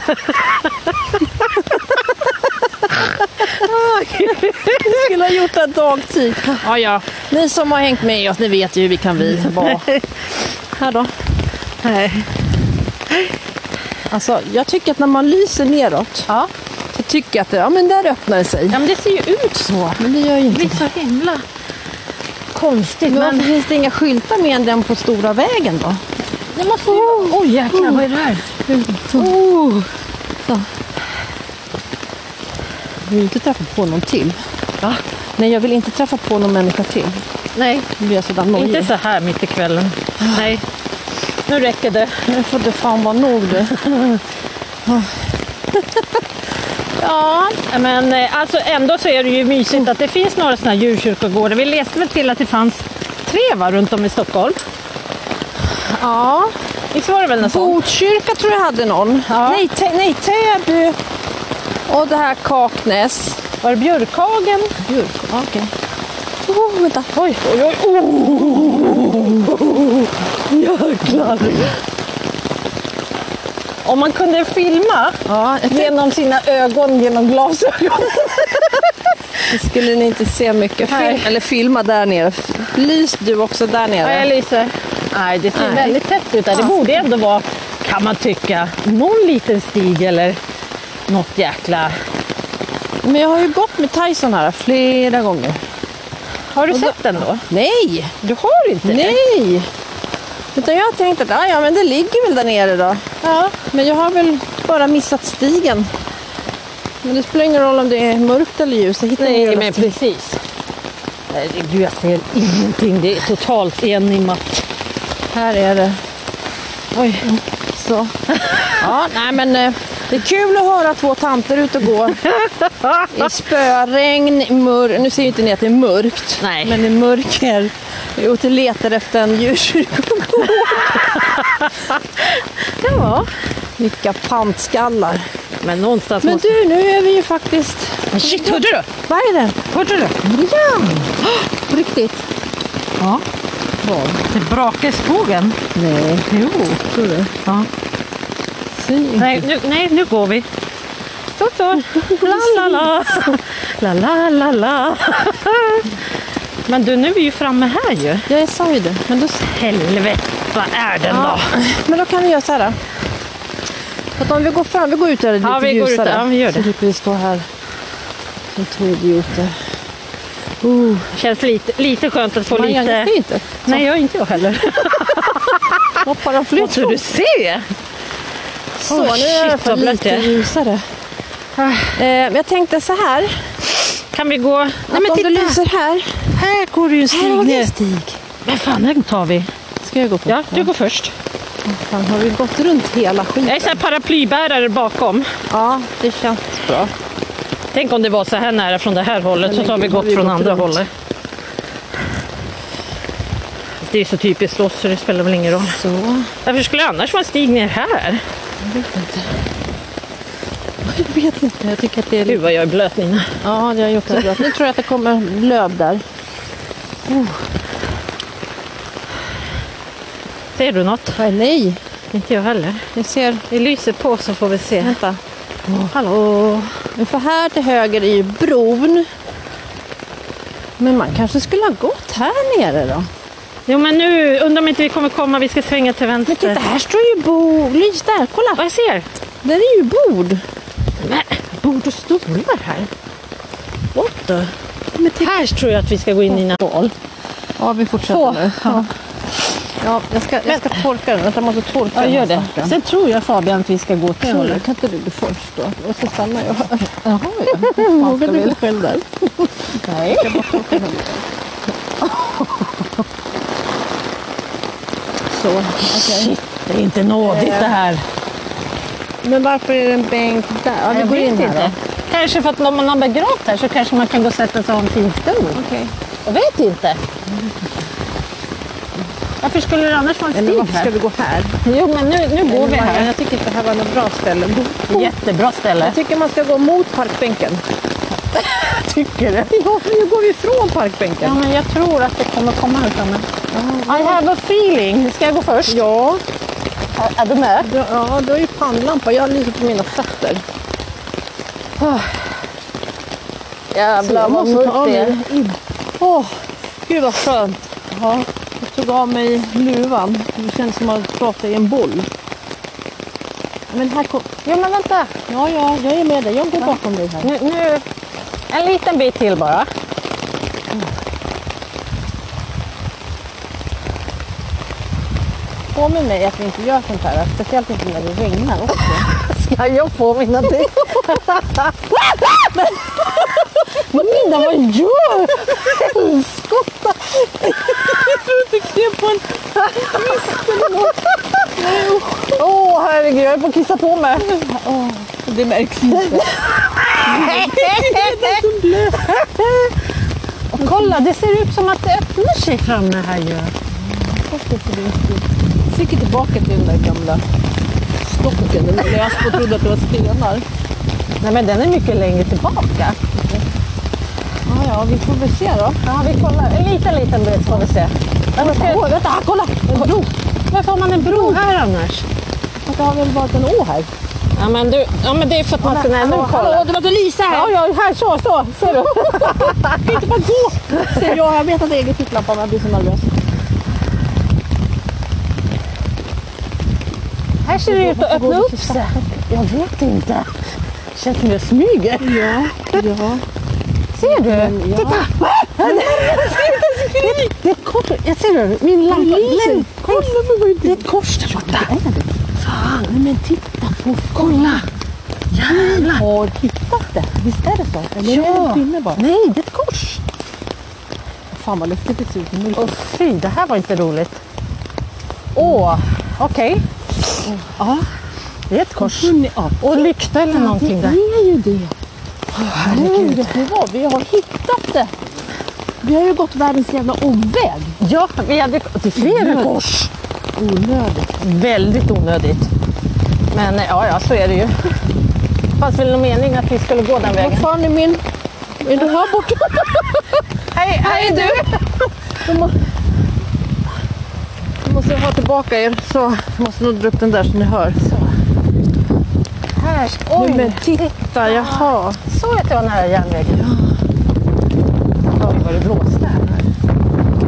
[SPEAKER 1] Vi skulle ha gjort det här dagtid.
[SPEAKER 4] Ja, ja.
[SPEAKER 1] Ni som har hängt med oss, ni vet ju hur vi kan vi vara. Här då.
[SPEAKER 4] Nej.
[SPEAKER 1] Alltså, jag tycker att när man lyser neråt
[SPEAKER 4] Ja.
[SPEAKER 1] så tycker jag att det, ja, men där öppnar det sig.
[SPEAKER 4] ja, men det ser ju ut så.
[SPEAKER 1] Men det gör ju
[SPEAKER 4] Det
[SPEAKER 1] inte
[SPEAKER 4] är så himla konstigt.
[SPEAKER 1] Men varför
[SPEAKER 4] Men
[SPEAKER 1] finns det inga skyltar med än den på stora vägen då?
[SPEAKER 4] det måste ju... Oj, oh, jäklar, vad är det här?
[SPEAKER 1] Oh. Så. Jag vill inte träffa på någon till.
[SPEAKER 4] Va?
[SPEAKER 1] Nej, jag vill inte träffa på någon människa till.
[SPEAKER 4] Nej,
[SPEAKER 1] Då blir jag sådär nojig.
[SPEAKER 4] inte så här mitt i kvällen. Nej, nu räcker det.
[SPEAKER 1] Nu får det fan vara nog du.
[SPEAKER 4] Ja, men eh, alltså ändå så är det ju mysigt att det finns några sådana här djurkyrkogårdar. Vi läste väl till att det fanns tre va, runt om i Stockholm.
[SPEAKER 1] Ja.
[SPEAKER 4] Visst var det väl något sånt?
[SPEAKER 1] Botkyrka tror jag hade någon.
[SPEAKER 4] Ja.
[SPEAKER 1] Nej, Tä- nej, Täby. Och det här Kaknäs.
[SPEAKER 4] Var det Björkhagen?
[SPEAKER 1] Björk, ja, okej. Oh, vänta.
[SPEAKER 4] Oj, oj, oj. Oh! Jäklar! Om man kunde filma
[SPEAKER 1] Ja, jag tänkte-
[SPEAKER 4] genom sina ögon, genom glasögon.
[SPEAKER 1] det skulle ni inte se mycket.
[SPEAKER 4] Nej.
[SPEAKER 1] Film, eller filma där nere. Lys du också där
[SPEAKER 4] Nej, jag
[SPEAKER 1] nere.
[SPEAKER 4] lyser. Nej, det ser
[SPEAKER 1] Nej.
[SPEAKER 4] väldigt tätt ut. där. Det borde ändå vara, kan man tycka, någon liten stig eller något jäkla
[SPEAKER 1] Men jag har ju gått med Tyson här flera gånger.
[SPEAKER 4] Har du sett den då?
[SPEAKER 1] Nej!
[SPEAKER 4] Du har inte det?
[SPEAKER 1] Nej! Utan jag har tänkt att ah, ja, men det ligger väl där nere då.
[SPEAKER 4] Ja.
[SPEAKER 1] Men jag har väl bara missat stigen. Men det spelar ingen roll om det är mörkt eller ljust. Jag hittar ingen
[SPEAKER 4] Nej,
[SPEAKER 1] jävla
[SPEAKER 4] men
[SPEAKER 1] stig.
[SPEAKER 4] precis. Nej, Gud, jag ser ingenting. Det är totalt enimmat.
[SPEAKER 1] Här är det. Oj. Mm. Så. Ja, nej men eh, det är kul att höra två tanter ute och gå. I spöregn, i mör- Nu ser ju inte ni att det är mörkt.
[SPEAKER 4] Nej.
[SPEAKER 1] Men det är mörker. Vi är ute och letar efter en djurkyrkogård. ja. Vilka pantskallar.
[SPEAKER 4] Men någonstans
[SPEAKER 1] Men
[SPEAKER 4] måste...
[SPEAKER 1] du, nu är vi ju faktiskt...
[SPEAKER 4] Men shit, hörde du?
[SPEAKER 1] Vad är det?
[SPEAKER 4] Hörde du?
[SPEAKER 1] Ja! På riktigt?
[SPEAKER 4] Ja. Det brakar i skogen.
[SPEAKER 1] Nej.
[SPEAKER 4] Jo.
[SPEAKER 1] Tror du?
[SPEAKER 4] Ja.
[SPEAKER 1] Fy.
[SPEAKER 4] Nej, nu, nej, nu går vi. Så, så. La, la, la. La, la, la, la. Men du, nu är vi ju framme här ju.
[SPEAKER 1] Jag sa ju det. Men då
[SPEAKER 4] Helvete, vad är den
[SPEAKER 1] Ja,
[SPEAKER 4] då?
[SPEAKER 1] men då kan vi göra så här då. Att om vi går fram, vi går ut där lite
[SPEAKER 4] Ja, vi går ut
[SPEAKER 1] ljusare.
[SPEAKER 4] där. Ja, vi gör det.
[SPEAKER 1] Så slipper vi stå här som två idioter. Oh,
[SPEAKER 4] Känns lite, lite skönt att få
[SPEAKER 1] man
[SPEAKER 4] lite...
[SPEAKER 1] jagar sig inte.
[SPEAKER 4] Nej, jag är inte jag heller.
[SPEAKER 1] Hoppar de flytt.
[SPEAKER 4] Måste du se?
[SPEAKER 1] Så,
[SPEAKER 4] Åh,
[SPEAKER 1] nu är det i alla
[SPEAKER 4] shit,
[SPEAKER 1] fall
[SPEAKER 4] vad blött
[SPEAKER 1] lite
[SPEAKER 4] det är.
[SPEAKER 1] ljusare. Eh, men jag tänkte så här.
[SPEAKER 4] Kan vi gå?
[SPEAKER 1] att om det lyser här.
[SPEAKER 4] Här går det ju en
[SPEAKER 1] Här
[SPEAKER 4] stig
[SPEAKER 1] har vi
[SPEAKER 4] ner.
[SPEAKER 1] en stig.
[SPEAKER 4] Men fan, den tar vi.
[SPEAKER 1] Ska jag gå på?
[SPEAKER 4] Ja, du går först.
[SPEAKER 1] Fan, har vi gått runt hela
[SPEAKER 4] Jag
[SPEAKER 1] skiten?
[SPEAKER 4] är så här paraplybärare bakom.
[SPEAKER 1] Ja, det känns bra.
[SPEAKER 4] Tänk om det var så här nära från det här hållet så
[SPEAKER 1] Men
[SPEAKER 4] har vi
[SPEAKER 1] gud,
[SPEAKER 4] gått
[SPEAKER 1] har vi
[SPEAKER 4] från
[SPEAKER 1] gått
[SPEAKER 4] andra
[SPEAKER 1] runt?
[SPEAKER 4] hållet. Det är så typiskt oss så det spelar väl ingen roll.
[SPEAKER 1] Så.
[SPEAKER 4] Varför skulle det annars vara en stig ner här?
[SPEAKER 1] Jag vet inte, jag tycker att det är
[SPEAKER 4] Gud
[SPEAKER 1] lite...
[SPEAKER 4] vad jag är blöt Nina.
[SPEAKER 1] Ja, det har jag gjort. det bra. Nu tror jag att det kommer löv där.
[SPEAKER 4] Ser du något?
[SPEAKER 1] Nej, nej.
[SPEAKER 4] Inte jag heller.
[SPEAKER 1] Jag ser,
[SPEAKER 4] Vi lyser på så får vi se.
[SPEAKER 1] vänta.
[SPEAKER 4] Hallå!
[SPEAKER 1] Men För här till höger är ju bron. Men man kanske skulle ha gått här nere då?
[SPEAKER 4] Jo men nu, undrar om inte vi kommer komma, vi ska svänga till vänster.
[SPEAKER 1] Men titta, här står ju bord. Lys där,
[SPEAKER 4] Ja,
[SPEAKER 1] kolla!
[SPEAKER 4] jag ser!
[SPEAKER 1] Där är ju bord.
[SPEAKER 4] Men, bord och stolar här? What the? här tror jag att vi ska gå in Nina.
[SPEAKER 1] Ja, vi fortsätter
[SPEAKER 4] Så.
[SPEAKER 1] nu. Ja. Ja, jag ska, jag ska torka den. Vänta, Jag måste torka den här saken.
[SPEAKER 4] Sen tror jag Fabian att vi ska gå till
[SPEAKER 1] Ja,
[SPEAKER 4] hållet.
[SPEAKER 1] det kan inte du gå först då? Och så stannar jag. Jaha, ja. Vågar du gå själv där? Nej. Så, okej.
[SPEAKER 4] Det är inte nådigt det här.
[SPEAKER 1] Men varför är det en bänk där? Ja, vi
[SPEAKER 4] Jag
[SPEAKER 1] går
[SPEAKER 4] vet
[SPEAKER 1] in här då.
[SPEAKER 4] inte. Kanske för att om man har begravt här så kanske man kan gå och sätta sig och ha en fin stund.
[SPEAKER 1] Okej.
[SPEAKER 4] Jag vet inte. Varför skulle det annars vara en
[SPEAKER 1] Eller
[SPEAKER 4] stig
[SPEAKER 1] varför ska
[SPEAKER 4] här?
[SPEAKER 1] vi gå här?
[SPEAKER 4] Jo, men nu, nu går vi
[SPEAKER 1] Maja,
[SPEAKER 4] här.
[SPEAKER 1] Jag tycker inte det här var något bra ställe.
[SPEAKER 4] Jättebra ställe.
[SPEAKER 1] Jag tycker man ska gå mot parkbänken. tycker du? Ja, nu går vi ifrån
[SPEAKER 4] Ja,
[SPEAKER 1] parkbänken.
[SPEAKER 4] men jag tror att det kommer komma här framme. I have a feeling. Ska jag gå först?
[SPEAKER 1] Ja,
[SPEAKER 4] Är du med?
[SPEAKER 1] du, ja, du har ju pannlampa. Jag lyser på mina fötter. Ah.
[SPEAKER 4] Jävlar
[SPEAKER 1] jag
[SPEAKER 4] vad
[SPEAKER 1] måste ta
[SPEAKER 4] mörkt
[SPEAKER 1] av
[SPEAKER 4] det är.
[SPEAKER 1] mig. Mm. Åh, gud vad skönt. Ja, jag tog av mig luvan. Det kändes som att prata i en boll. Men här kom...
[SPEAKER 4] Jo, men vänta.
[SPEAKER 1] Ja, ja, jag är med dig. Jag går bakom dig här.
[SPEAKER 4] Nu, nu, en liten bit till bara.
[SPEAKER 1] Påminn mig att vi inte gör sånt här. Speciellt inte när det regnar också.
[SPEAKER 4] Ska jag påminna dig?
[SPEAKER 1] Linda, vad gör du? Helskotta! Jag tror att du knep på en
[SPEAKER 4] Åh, herregud. Jag är på att kissa på mig.
[SPEAKER 1] Det märks inte.
[SPEAKER 4] Och kolla, det ser ut som att det öppnar sig framme här ju.
[SPEAKER 1] Sticker tillbaka till den där gamla stocken. Den där jag och trodde att det var stenar.
[SPEAKER 4] Nej, men den är mycket längre tillbaka.
[SPEAKER 1] Ja, ja, vi får väl se då.
[SPEAKER 4] Ja, vi kollar. En liten, liten bit får vi se. Varför, ska jag...
[SPEAKER 1] Åh, vänta, här, kolla! En bro.
[SPEAKER 4] Varför har man en bro här annars?
[SPEAKER 1] Det har väl varit en å här?
[SPEAKER 4] Ja, men, du... ja, men det är för att man ska... Nej, nu kolla.
[SPEAKER 1] Hallå, det var du Lisa här!
[SPEAKER 4] Ja, ja, här så, så. Ser du?
[SPEAKER 1] Jag kan inte bara gå! Säger jag. Jag vet att det är egen ficklampa, men jag blir så nervös.
[SPEAKER 4] Här ser det ut att öppna upp sig.
[SPEAKER 1] Jag vet inte.
[SPEAKER 4] känns som jag smyger.
[SPEAKER 1] Ja, ja.
[SPEAKER 4] Ser du? Titta! Det är ett kors. Jag ser du? Min lampa. Län- Kolla, det är ett kors där borta. Fan, nej men titta på. Kolla! Jävlar! Vi har hittat det. Visst är det så? Eller ja. är det en pinne bara? Nej, det är ett kors.
[SPEAKER 1] Fan vad luftigt det ser ut. Nu.
[SPEAKER 4] Åh fy, det här var inte roligt. Åh, okej. Ja, det är ett kors.
[SPEAKER 1] Hörrni, ja,
[SPEAKER 4] Och lykta eller någonting
[SPEAKER 1] det
[SPEAKER 4] där.
[SPEAKER 1] är ju det.
[SPEAKER 4] Herregud.
[SPEAKER 1] Det var, vi har hittat det. Vi har ju gått världens jävla omväg.
[SPEAKER 4] Ja, vi hade, det är flera kors.
[SPEAKER 1] Onödigt.
[SPEAKER 4] Väldigt onödigt. Men eh, ja, ja, så är det ju. Fanns väl någon mening att vi skulle gå den vägen?
[SPEAKER 1] Vad fan är min... Är du här borta?
[SPEAKER 4] Hej, hej du!
[SPEAKER 1] Jag måste ha tillbaka er. Så. Jag måste nog dra upp den där så ni hör.
[SPEAKER 4] Här,
[SPEAKER 1] Nej, men
[SPEAKER 4] oj,
[SPEAKER 1] titta, jaha.
[SPEAKER 4] såg att det var nära järnvägen? Oj, vad det blåste här.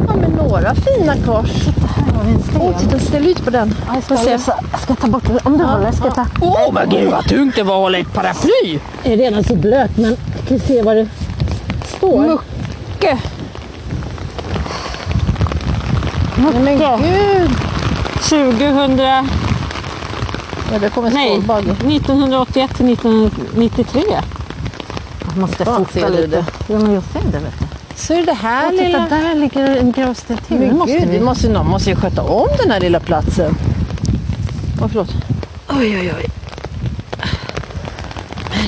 [SPEAKER 1] Ja, men några fina kors.
[SPEAKER 4] Här har vi en sten.
[SPEAKER 1] Åh, titta, ställ ut på den.
[SPEAKER 4] Ja, jag ska,
[SPEAKER 1] Vad säger
[SPEAKER 4] jag ska, jag ska ta bort Om du håller, jag ska jag ta. Åh oh, men gud vad tungt det var att hålla i ett paraply! Jag är redan så blöt men jag kan se vad det står.
[SPEAKER 1] Mucke. Nej, men gud.
[SPEAKER 5] 2000,
[SPEAKER 1] Ja, det kommer
[SPEAKER 5] nej,
[SPEAKER 1] stålbagge.
[SPEAKER 5] 1981 till 1993.
[SPEAKER 4] Jag måste
[SPEAKER 1] Fan,
[SPEAKER 4] fota
[SPEAKER 1] ser du
[SPEAKER 4] lite.
[SPEAKER 1] det?
[SPEAKER 4] Ja, men jag ser det vet du.
[SPEAKER 1] Så är det här
[SPEAKER 4] Och titta,
[SPEAKER 1] lilla...
[SPEAKER 4] där ligger en gravsten till. Nu
[SPEAKER 1] Men
[SPEAKER 4] måste
[SPEAKER 1] gud,
[SPEAKER 4] vi-
[SPEAKER 1] vi måste, någon måste ju sköta om den här lilla platsen. Åh, förlåt. Oj, oj, oj.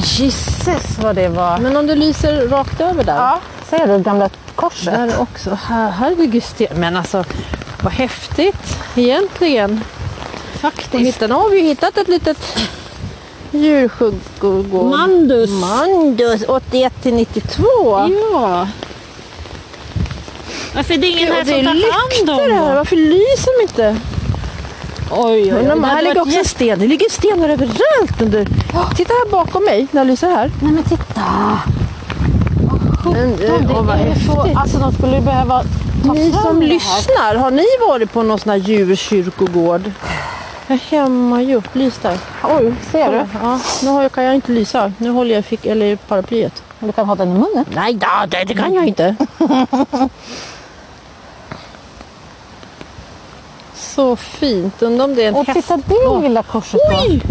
[SPEAKER 4] Gisses vad det var.
[SPEAKER 1] Ah. Men om du lyser rakt över där.
[SPEAKER 4] Ja, ser du gamla korset?
[SPEAKER 1] Där också. Här, här ligger sten. Men alltså, vad häftigt egentligen. Och
[SPEAKER 4] faktiskt.
[SPEAKER 1] hittar, nu har vi ju hittat ett litet djursjukvård.
[SPEAKER 5] Mandus.
[SPEAKER 1] Mandus 81 till 92.
[SPEAKER 5] Ja. Varför är det ingen
[SPEAKER 1] Och
[SPEAKER 5] här
[SPEAKER 1] det
[SPEAKER 5] som
[SPEAKER 1] är
[SPEAKER 5] tar hand
[SPEAKER 1] lyktor
[SPEAKER 5] om
[SPEAKER 1] här.
[SPEAKER 5] dem?
[SPEAKER 1] Varför lyser de inte?
[SPEAKER 5] Oj, oj,
[SPEAKER 1] Men de
[SPEAKER 5] Det
[SPEAKER 1] här
[SPEAKER 5] hade
[SPEAKER 1] ligger
[SPEAKER 5] varit
[SPEAKER 1] också sten. Det ligger stenar överallt. Under. Titta här bakom mig när jag lyser här.
[SPEAKER 4] Nej men titta!
[SPEAKER 1] Men, eh, åh, vad
[SPEAKER 4] Det är så,
[SPEAKER 1] häftigt.
[SPEAKER 4] alltså de skulle ju behöva ta
[SPEAKER 1] Ni
[SPEAKER 4] fram
[SPEAKER 1] som
[SPEAKER 4] det här.
[SPEAKER 1] lyssnar, har ni varit på någon sån här djurkyrkogård? Jag är hemma ju. Lys där.
[SPEAKER 4] Oj, ser du?
[SPEAKER 1] Ja, nu har jag, kan jag inte lysa. Nu håller jag i fick, eller i paraplyet.
[SPEAKER 4] Du kan ha den i munnen.
[SPEAKER 1] Nej, då, det, det kan jag inte. Så fint. Undrar om det är en
[SPEAKER 4] Och
[SPEAKER 1] häst.
[SPEAKER 4] titta det lilla korset då.
[SPEAKER 1] Oj!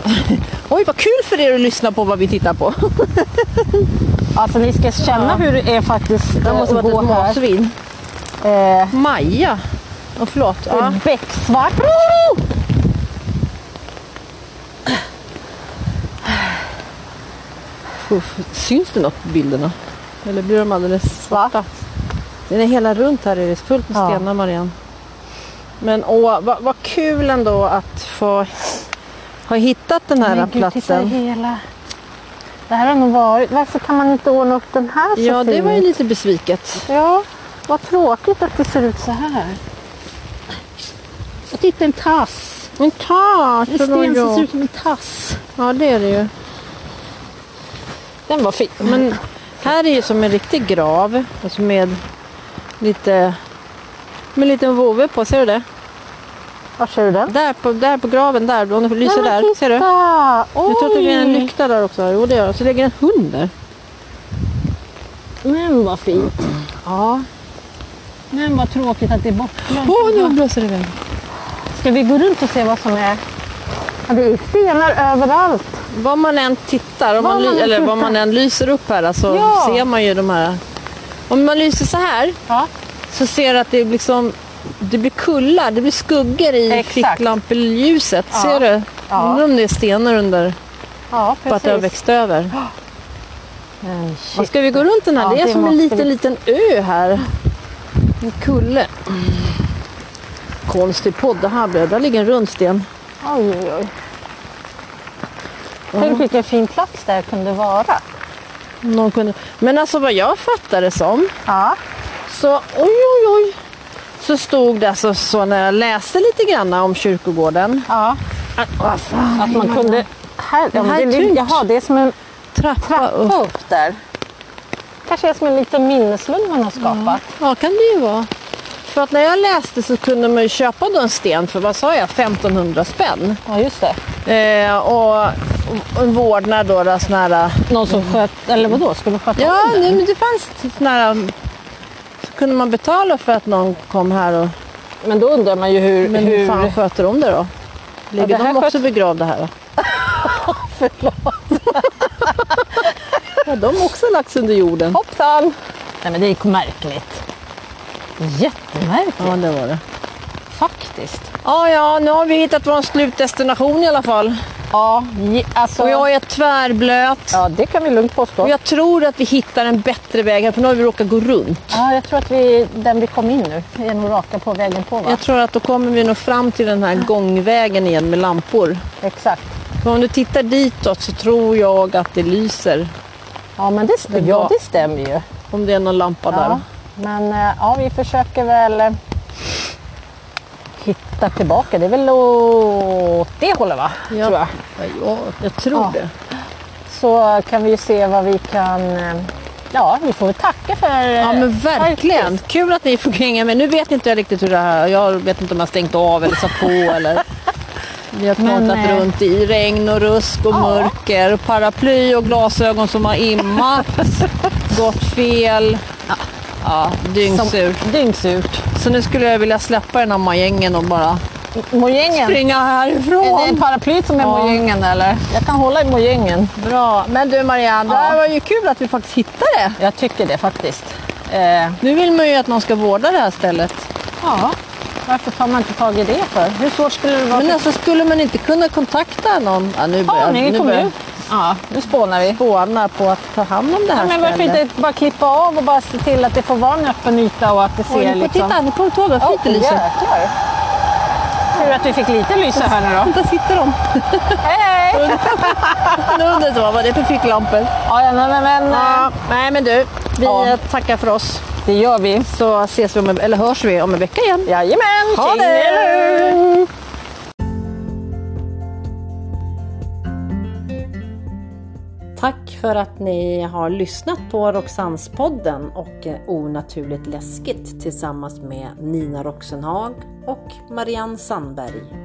[SPEAKER 1] Oj, vad kul för er att lyssna på vad vi tittar på.
[SPEAKER 4] Alltså ni ska känna hur det är faktiskt
[SPEAKER 1] Det
[SPEAKER 4] eh,
[SPEAKER 1] måste
[SPEAKER 4] att
[SPEAKER 1] varit
[SPEAKER 4] gå
[SPEAKER 1] ett
[SPEAKER 4] här.
[SPEAKER 1] marsvin.
[SPEAKER 4] Eh,
[SPEAKER 1] Maja. Och förlåt. Ja.
[SPEAKER 4] i Bäcksvart.
[SPEAKER 1] Uff, syns det något på bilderna? Eller blir de alldeles svarta? Den är hela runt här är det fullt med
[SPEAKER 4] Ja.
[SPEAKER 1] stenar Marianne. Men åh, vad, vad kul ändå att få ha hittat den här
[SPEAKER 4] Men gud, titta
[SPEAKER 1] platsen.
[SPEAKER 4] hela. Det här har nog varit... Varför kan man inte ordna upp den här så
[SPEAKER 1] Ja, det
[SPEAKER 4] fint?
[SPEAKER 1] var ju lite besviket.
[SPEAKER 4] Ja, vad tråkigt att det ser ut så här. Och titta en tass.
[SPEAKER 1] En tas!
[SPEAKER 4] En sten som ser ut som en tass.
[SPEAKER 1] Ja, det är det ju.
[SPEAKER 4] Den var fin.
[SPEAKER 1] Men här är ju som en riktig grav. Alltså med lite... Med en liten vovve på, ser du det?
[SPEAKER 4] Var ser du den?
[SPEAKER 1] Där på, där på graven, där, om du lyser där. Ser du?
[SPEAKER 4] Titta! Oj!
[SPEAKER 1] Jag tror att det blir en lykta där också. Jo, det gör det. Så ligger en hund där.
[SPEAKER 5] Men vad fint.
[SPEAKER 1] Ja.
[SPEAKER 5] Men vad tråkigt att det är bortglömt.
[SPEAKER 1] Åh, nu blåser det iväg.
[SPEAKER 4] Ska vi gå runt och se vad som är? Ja, det är stenar överallt.
[SPEAKER 1] Var man än tittar, om
[SPEAKER 4] Var
[SPEAKER 1] man ly-
[SPEAKER 4] man än
[SPEAKER 1] eller var
[SPEAKER 4] tittar.
[SPEAKER 1] man än lyser upp här, alltså,
[SPEAKER 4] Ja.
[SPEAKER 1] ser man ju de här. Om man lyser så här
[SPEAKER 4] Ja.
[SPEAKER 1] så ser du att det, är liksom, det blir kullar, det blir skuggor i
[SPEAKER 4] Exakt.
[SPEAKER 1] ficklampljuset. Ser du?
[SPEAKER 4] Ja.
[SPEAKER 1] Undrar om det är stenar under,
[SPEAKER 4] Ja,
[SPEAKER 1] på att det har
[SPEAKER 4] precis.
[SPEAKER 1] växt över.
[SPEAKER 4] Men shit.
[SPEAKER 1] Vad ska vi gå runt den här?
[SPEAKER 4] Ja,
[SPEAKER 1] det är
[SPEAKER 4] det
[SPEAKER 1] som en
[SPEAKER 4] måste
[SPEAKER 1] liten,
[SPEAKER 4] vi.
[SPEAKER 1] liten ö här. En kulle. Konstig podd det här blev. Där ligger en rund sten.
[SPEAKER 4] Oj, oj, oj. Tänk vilken fin plats det här kunde vara.
[SPEAKER 1] Någon kunde... Men alltså vad jag fattar det som
[SPEAKER 4] Ja.
[SPEAKER 1] så, oj, oj, oj, så stod det alltså så när jag läste lite grann om kyrkogården.
[SPEAKER 4] ja.
[SPEAKER 1] Vad fan,
[SPEAKER 4] Att man kunde... Här, ja, men
[SPEAKER 1] här är
[SPEAKER 4] det, ligger-
[SPEAKER 1] tungt.
[SPEAKER 4] jaha, det är som en
[SPEAKER 1] trappa upp.
[SPEAKER 4] trappa upp där. Kanske är som en liten minneslund man har skapat.
[SPEAKER 1] Ja, kan det ju vara. För att när jag läste så kunde man ju köpa då en sten för, vad sa jag, 1500 spänn.
[SPEAKER 4] Ja, just det.
[SPEAKER 1] Eh, och en vårdnad då, då sån här...
[SPEAKER 4] Någon som sköt, eller vadå, skulle sköta
[SPEAKER 1] Ja,
[SPEAKER 4] om den?
[SPEAKER 1] nej, men det fanns sån här... Så kunde man betala för att någon kom här och...
[SPEAKER 4] Men då undrar man ju hur...
[SPEAKER 1] Men hur
[SPEAKER 4] hur...
[SPEAKER 1] fan sköter de det då? Ligger
[SPEAKER 4] Ja, det här
[SPEAKER 1] de också begravda här då? Förlåt. Har de också lagts under jorden?
[SPEAKER 4] Hoppsan! Nej men det är märkligt. Jättemärkligt
[SPEAKER 1] Ja, det var det.
[SPEAKER 4] faktiskt.
[SPEAKER 1] Ja, ja, nu har vi hittat vår slutdestination i alla fall.
[SPEAKER 4] Ja, ge- alltså...
[SPEAKER 1] Och jag är tvärblöt.
[SPEAKER 4] Ja, det kan vi lugnt påstå.
[SPEAKER 1] Och jag tror att vi hittar en bättre väg här, för nu har vi råkat gå runt.
[SPEAKER 4] Ja, jag tror att vi, den vi kom in nu är nog raka på vägen på va?
[SPEAKER 1] Jag tror att då kommer vi nog fram till den här gångvägen igen med lampor.
[SPEAKER 4] Exakt.
[SPEAKER 1] För om du tittar ditåt så tror jag att det lyser.
[SPEAKER 4] Ja, men det, st- ja, det stämmer ju.
[SPEAKER 1] Om det är någon lampa där.
[SPEAKER 4] Ja. Men eh, ja, vi försöker väl eh, hitta tillbaka. Det är väl åt det hållet va?
[SPEAKER 1] Ja.
[SPEAKER 4] Tror jag.
[SPEAKER 1] Ja, ja, jag tror
[SPEAKER 4] Ja.
[SPEAKER 1] det.
[SPEAKER 4] Så kan vi ju se vad vi kan... eh, Ja, vi får väl tacka för... eh,
[SPEAKER 1] Ja men verkligen. Kul att ni fick hänga med. Nu vet inte jag riktigt hur det här... Jag vet inte om jag har stängt av eller satt på eller... Vi har
[SPEAKER 4] Men,
[SPEAKER 1] pratat
[SPEAKER 4] eh,
[SPEAKER 1] runt i regn och rusk och mörker. Och paraply och glasögon som har immat. gått fel. Ja, dyngsurt.
[SPEAKER 4] Dyngsurt.
[SPEAKER 1] Så nu skulle jag vilja släppa den här mojängen och bara
[SPEAKER 4] Mojängen.
[SPEAKER 1] springa
[SPEAKER 4] Är det
[SPEAKER 1] härifrån.
[SPEAKER 4] paraplyet som är
[SPEAKER 1] Ja.
[SPEAKER 4] mojängen eller? Jag kan hålla i mojängen.
[SPEAKER 1] Bra. Men du Marianne, det här
[SPEAKER 4] Ja.
[SPEAKER 1] var ju kul att vi faktiskt hittade det.
[SPEAKER 4] Jag tycker det faktiskt. Eh,
[SPEAKER 1] Nu vill man ju att någon ska vårda det här stället.
[SPEAKER 4] ja, varför tar man inte tag i det för? Hur svårt skulle det vara?
[SPEAKER 1] Men
[SPEAKER 4] för-
[SPEAKER 1] alltså skulle man inte kunna kontakta någon? Ja, nu börjar,
[SPEAKER 4] Haninge
[SPEAKER 1] nu börjar
[SPEAKER 4] kommun. Ja, nu spånar vi.
[SPEAKER 1] spåna på att ta hand om det här
[SPEAKER 4] Ja, men varför
[SPEAKER 1] stället.
[SPEAKER 4] inte bara klippa av och bara se till att det får vara en öppen yta och att det
[SPEAKER 1] Oj, nu
[SPEAKER 4] ser
[SPEAKER 1] får-
[SPEAKER 4] liksom...
[SPEAKER 1] Titta, nu kommer du ihåg vad fint det lyser.
[SPEAKER 4] jäklar! Tur att vi fick lite lyse här nu då.
[SPEAKER 1] Där sitter de.
[SPEAKER 4] Hej! hej.
[SPEAKER 1] Nu undrar jag vad det är för ficklampor.
[SPEAKER 4] Ja, ja, nej, men, men eh,
[SPEAKER 1] Ja, nej men du, vi
[SPEAKER 4] Ja.
[SPEAKER 1] eh, tackar för oss.
[SPEAKER 4] det gör vi.
[SPEAKER 1] Så ses vi om en, eller hörs vi om en vecka igen.
[SPEAKER 4] Jajamän!
[SPEAKER 1] Ha det!
[SPEAKER 4] Tjingeling!
[SPEAKER 6] Tack för att ni har lyssnat på Roxannespodden och eh, Onaturligt läskigt tillsammans med Nina Roxenhag och Marianne Sandberg.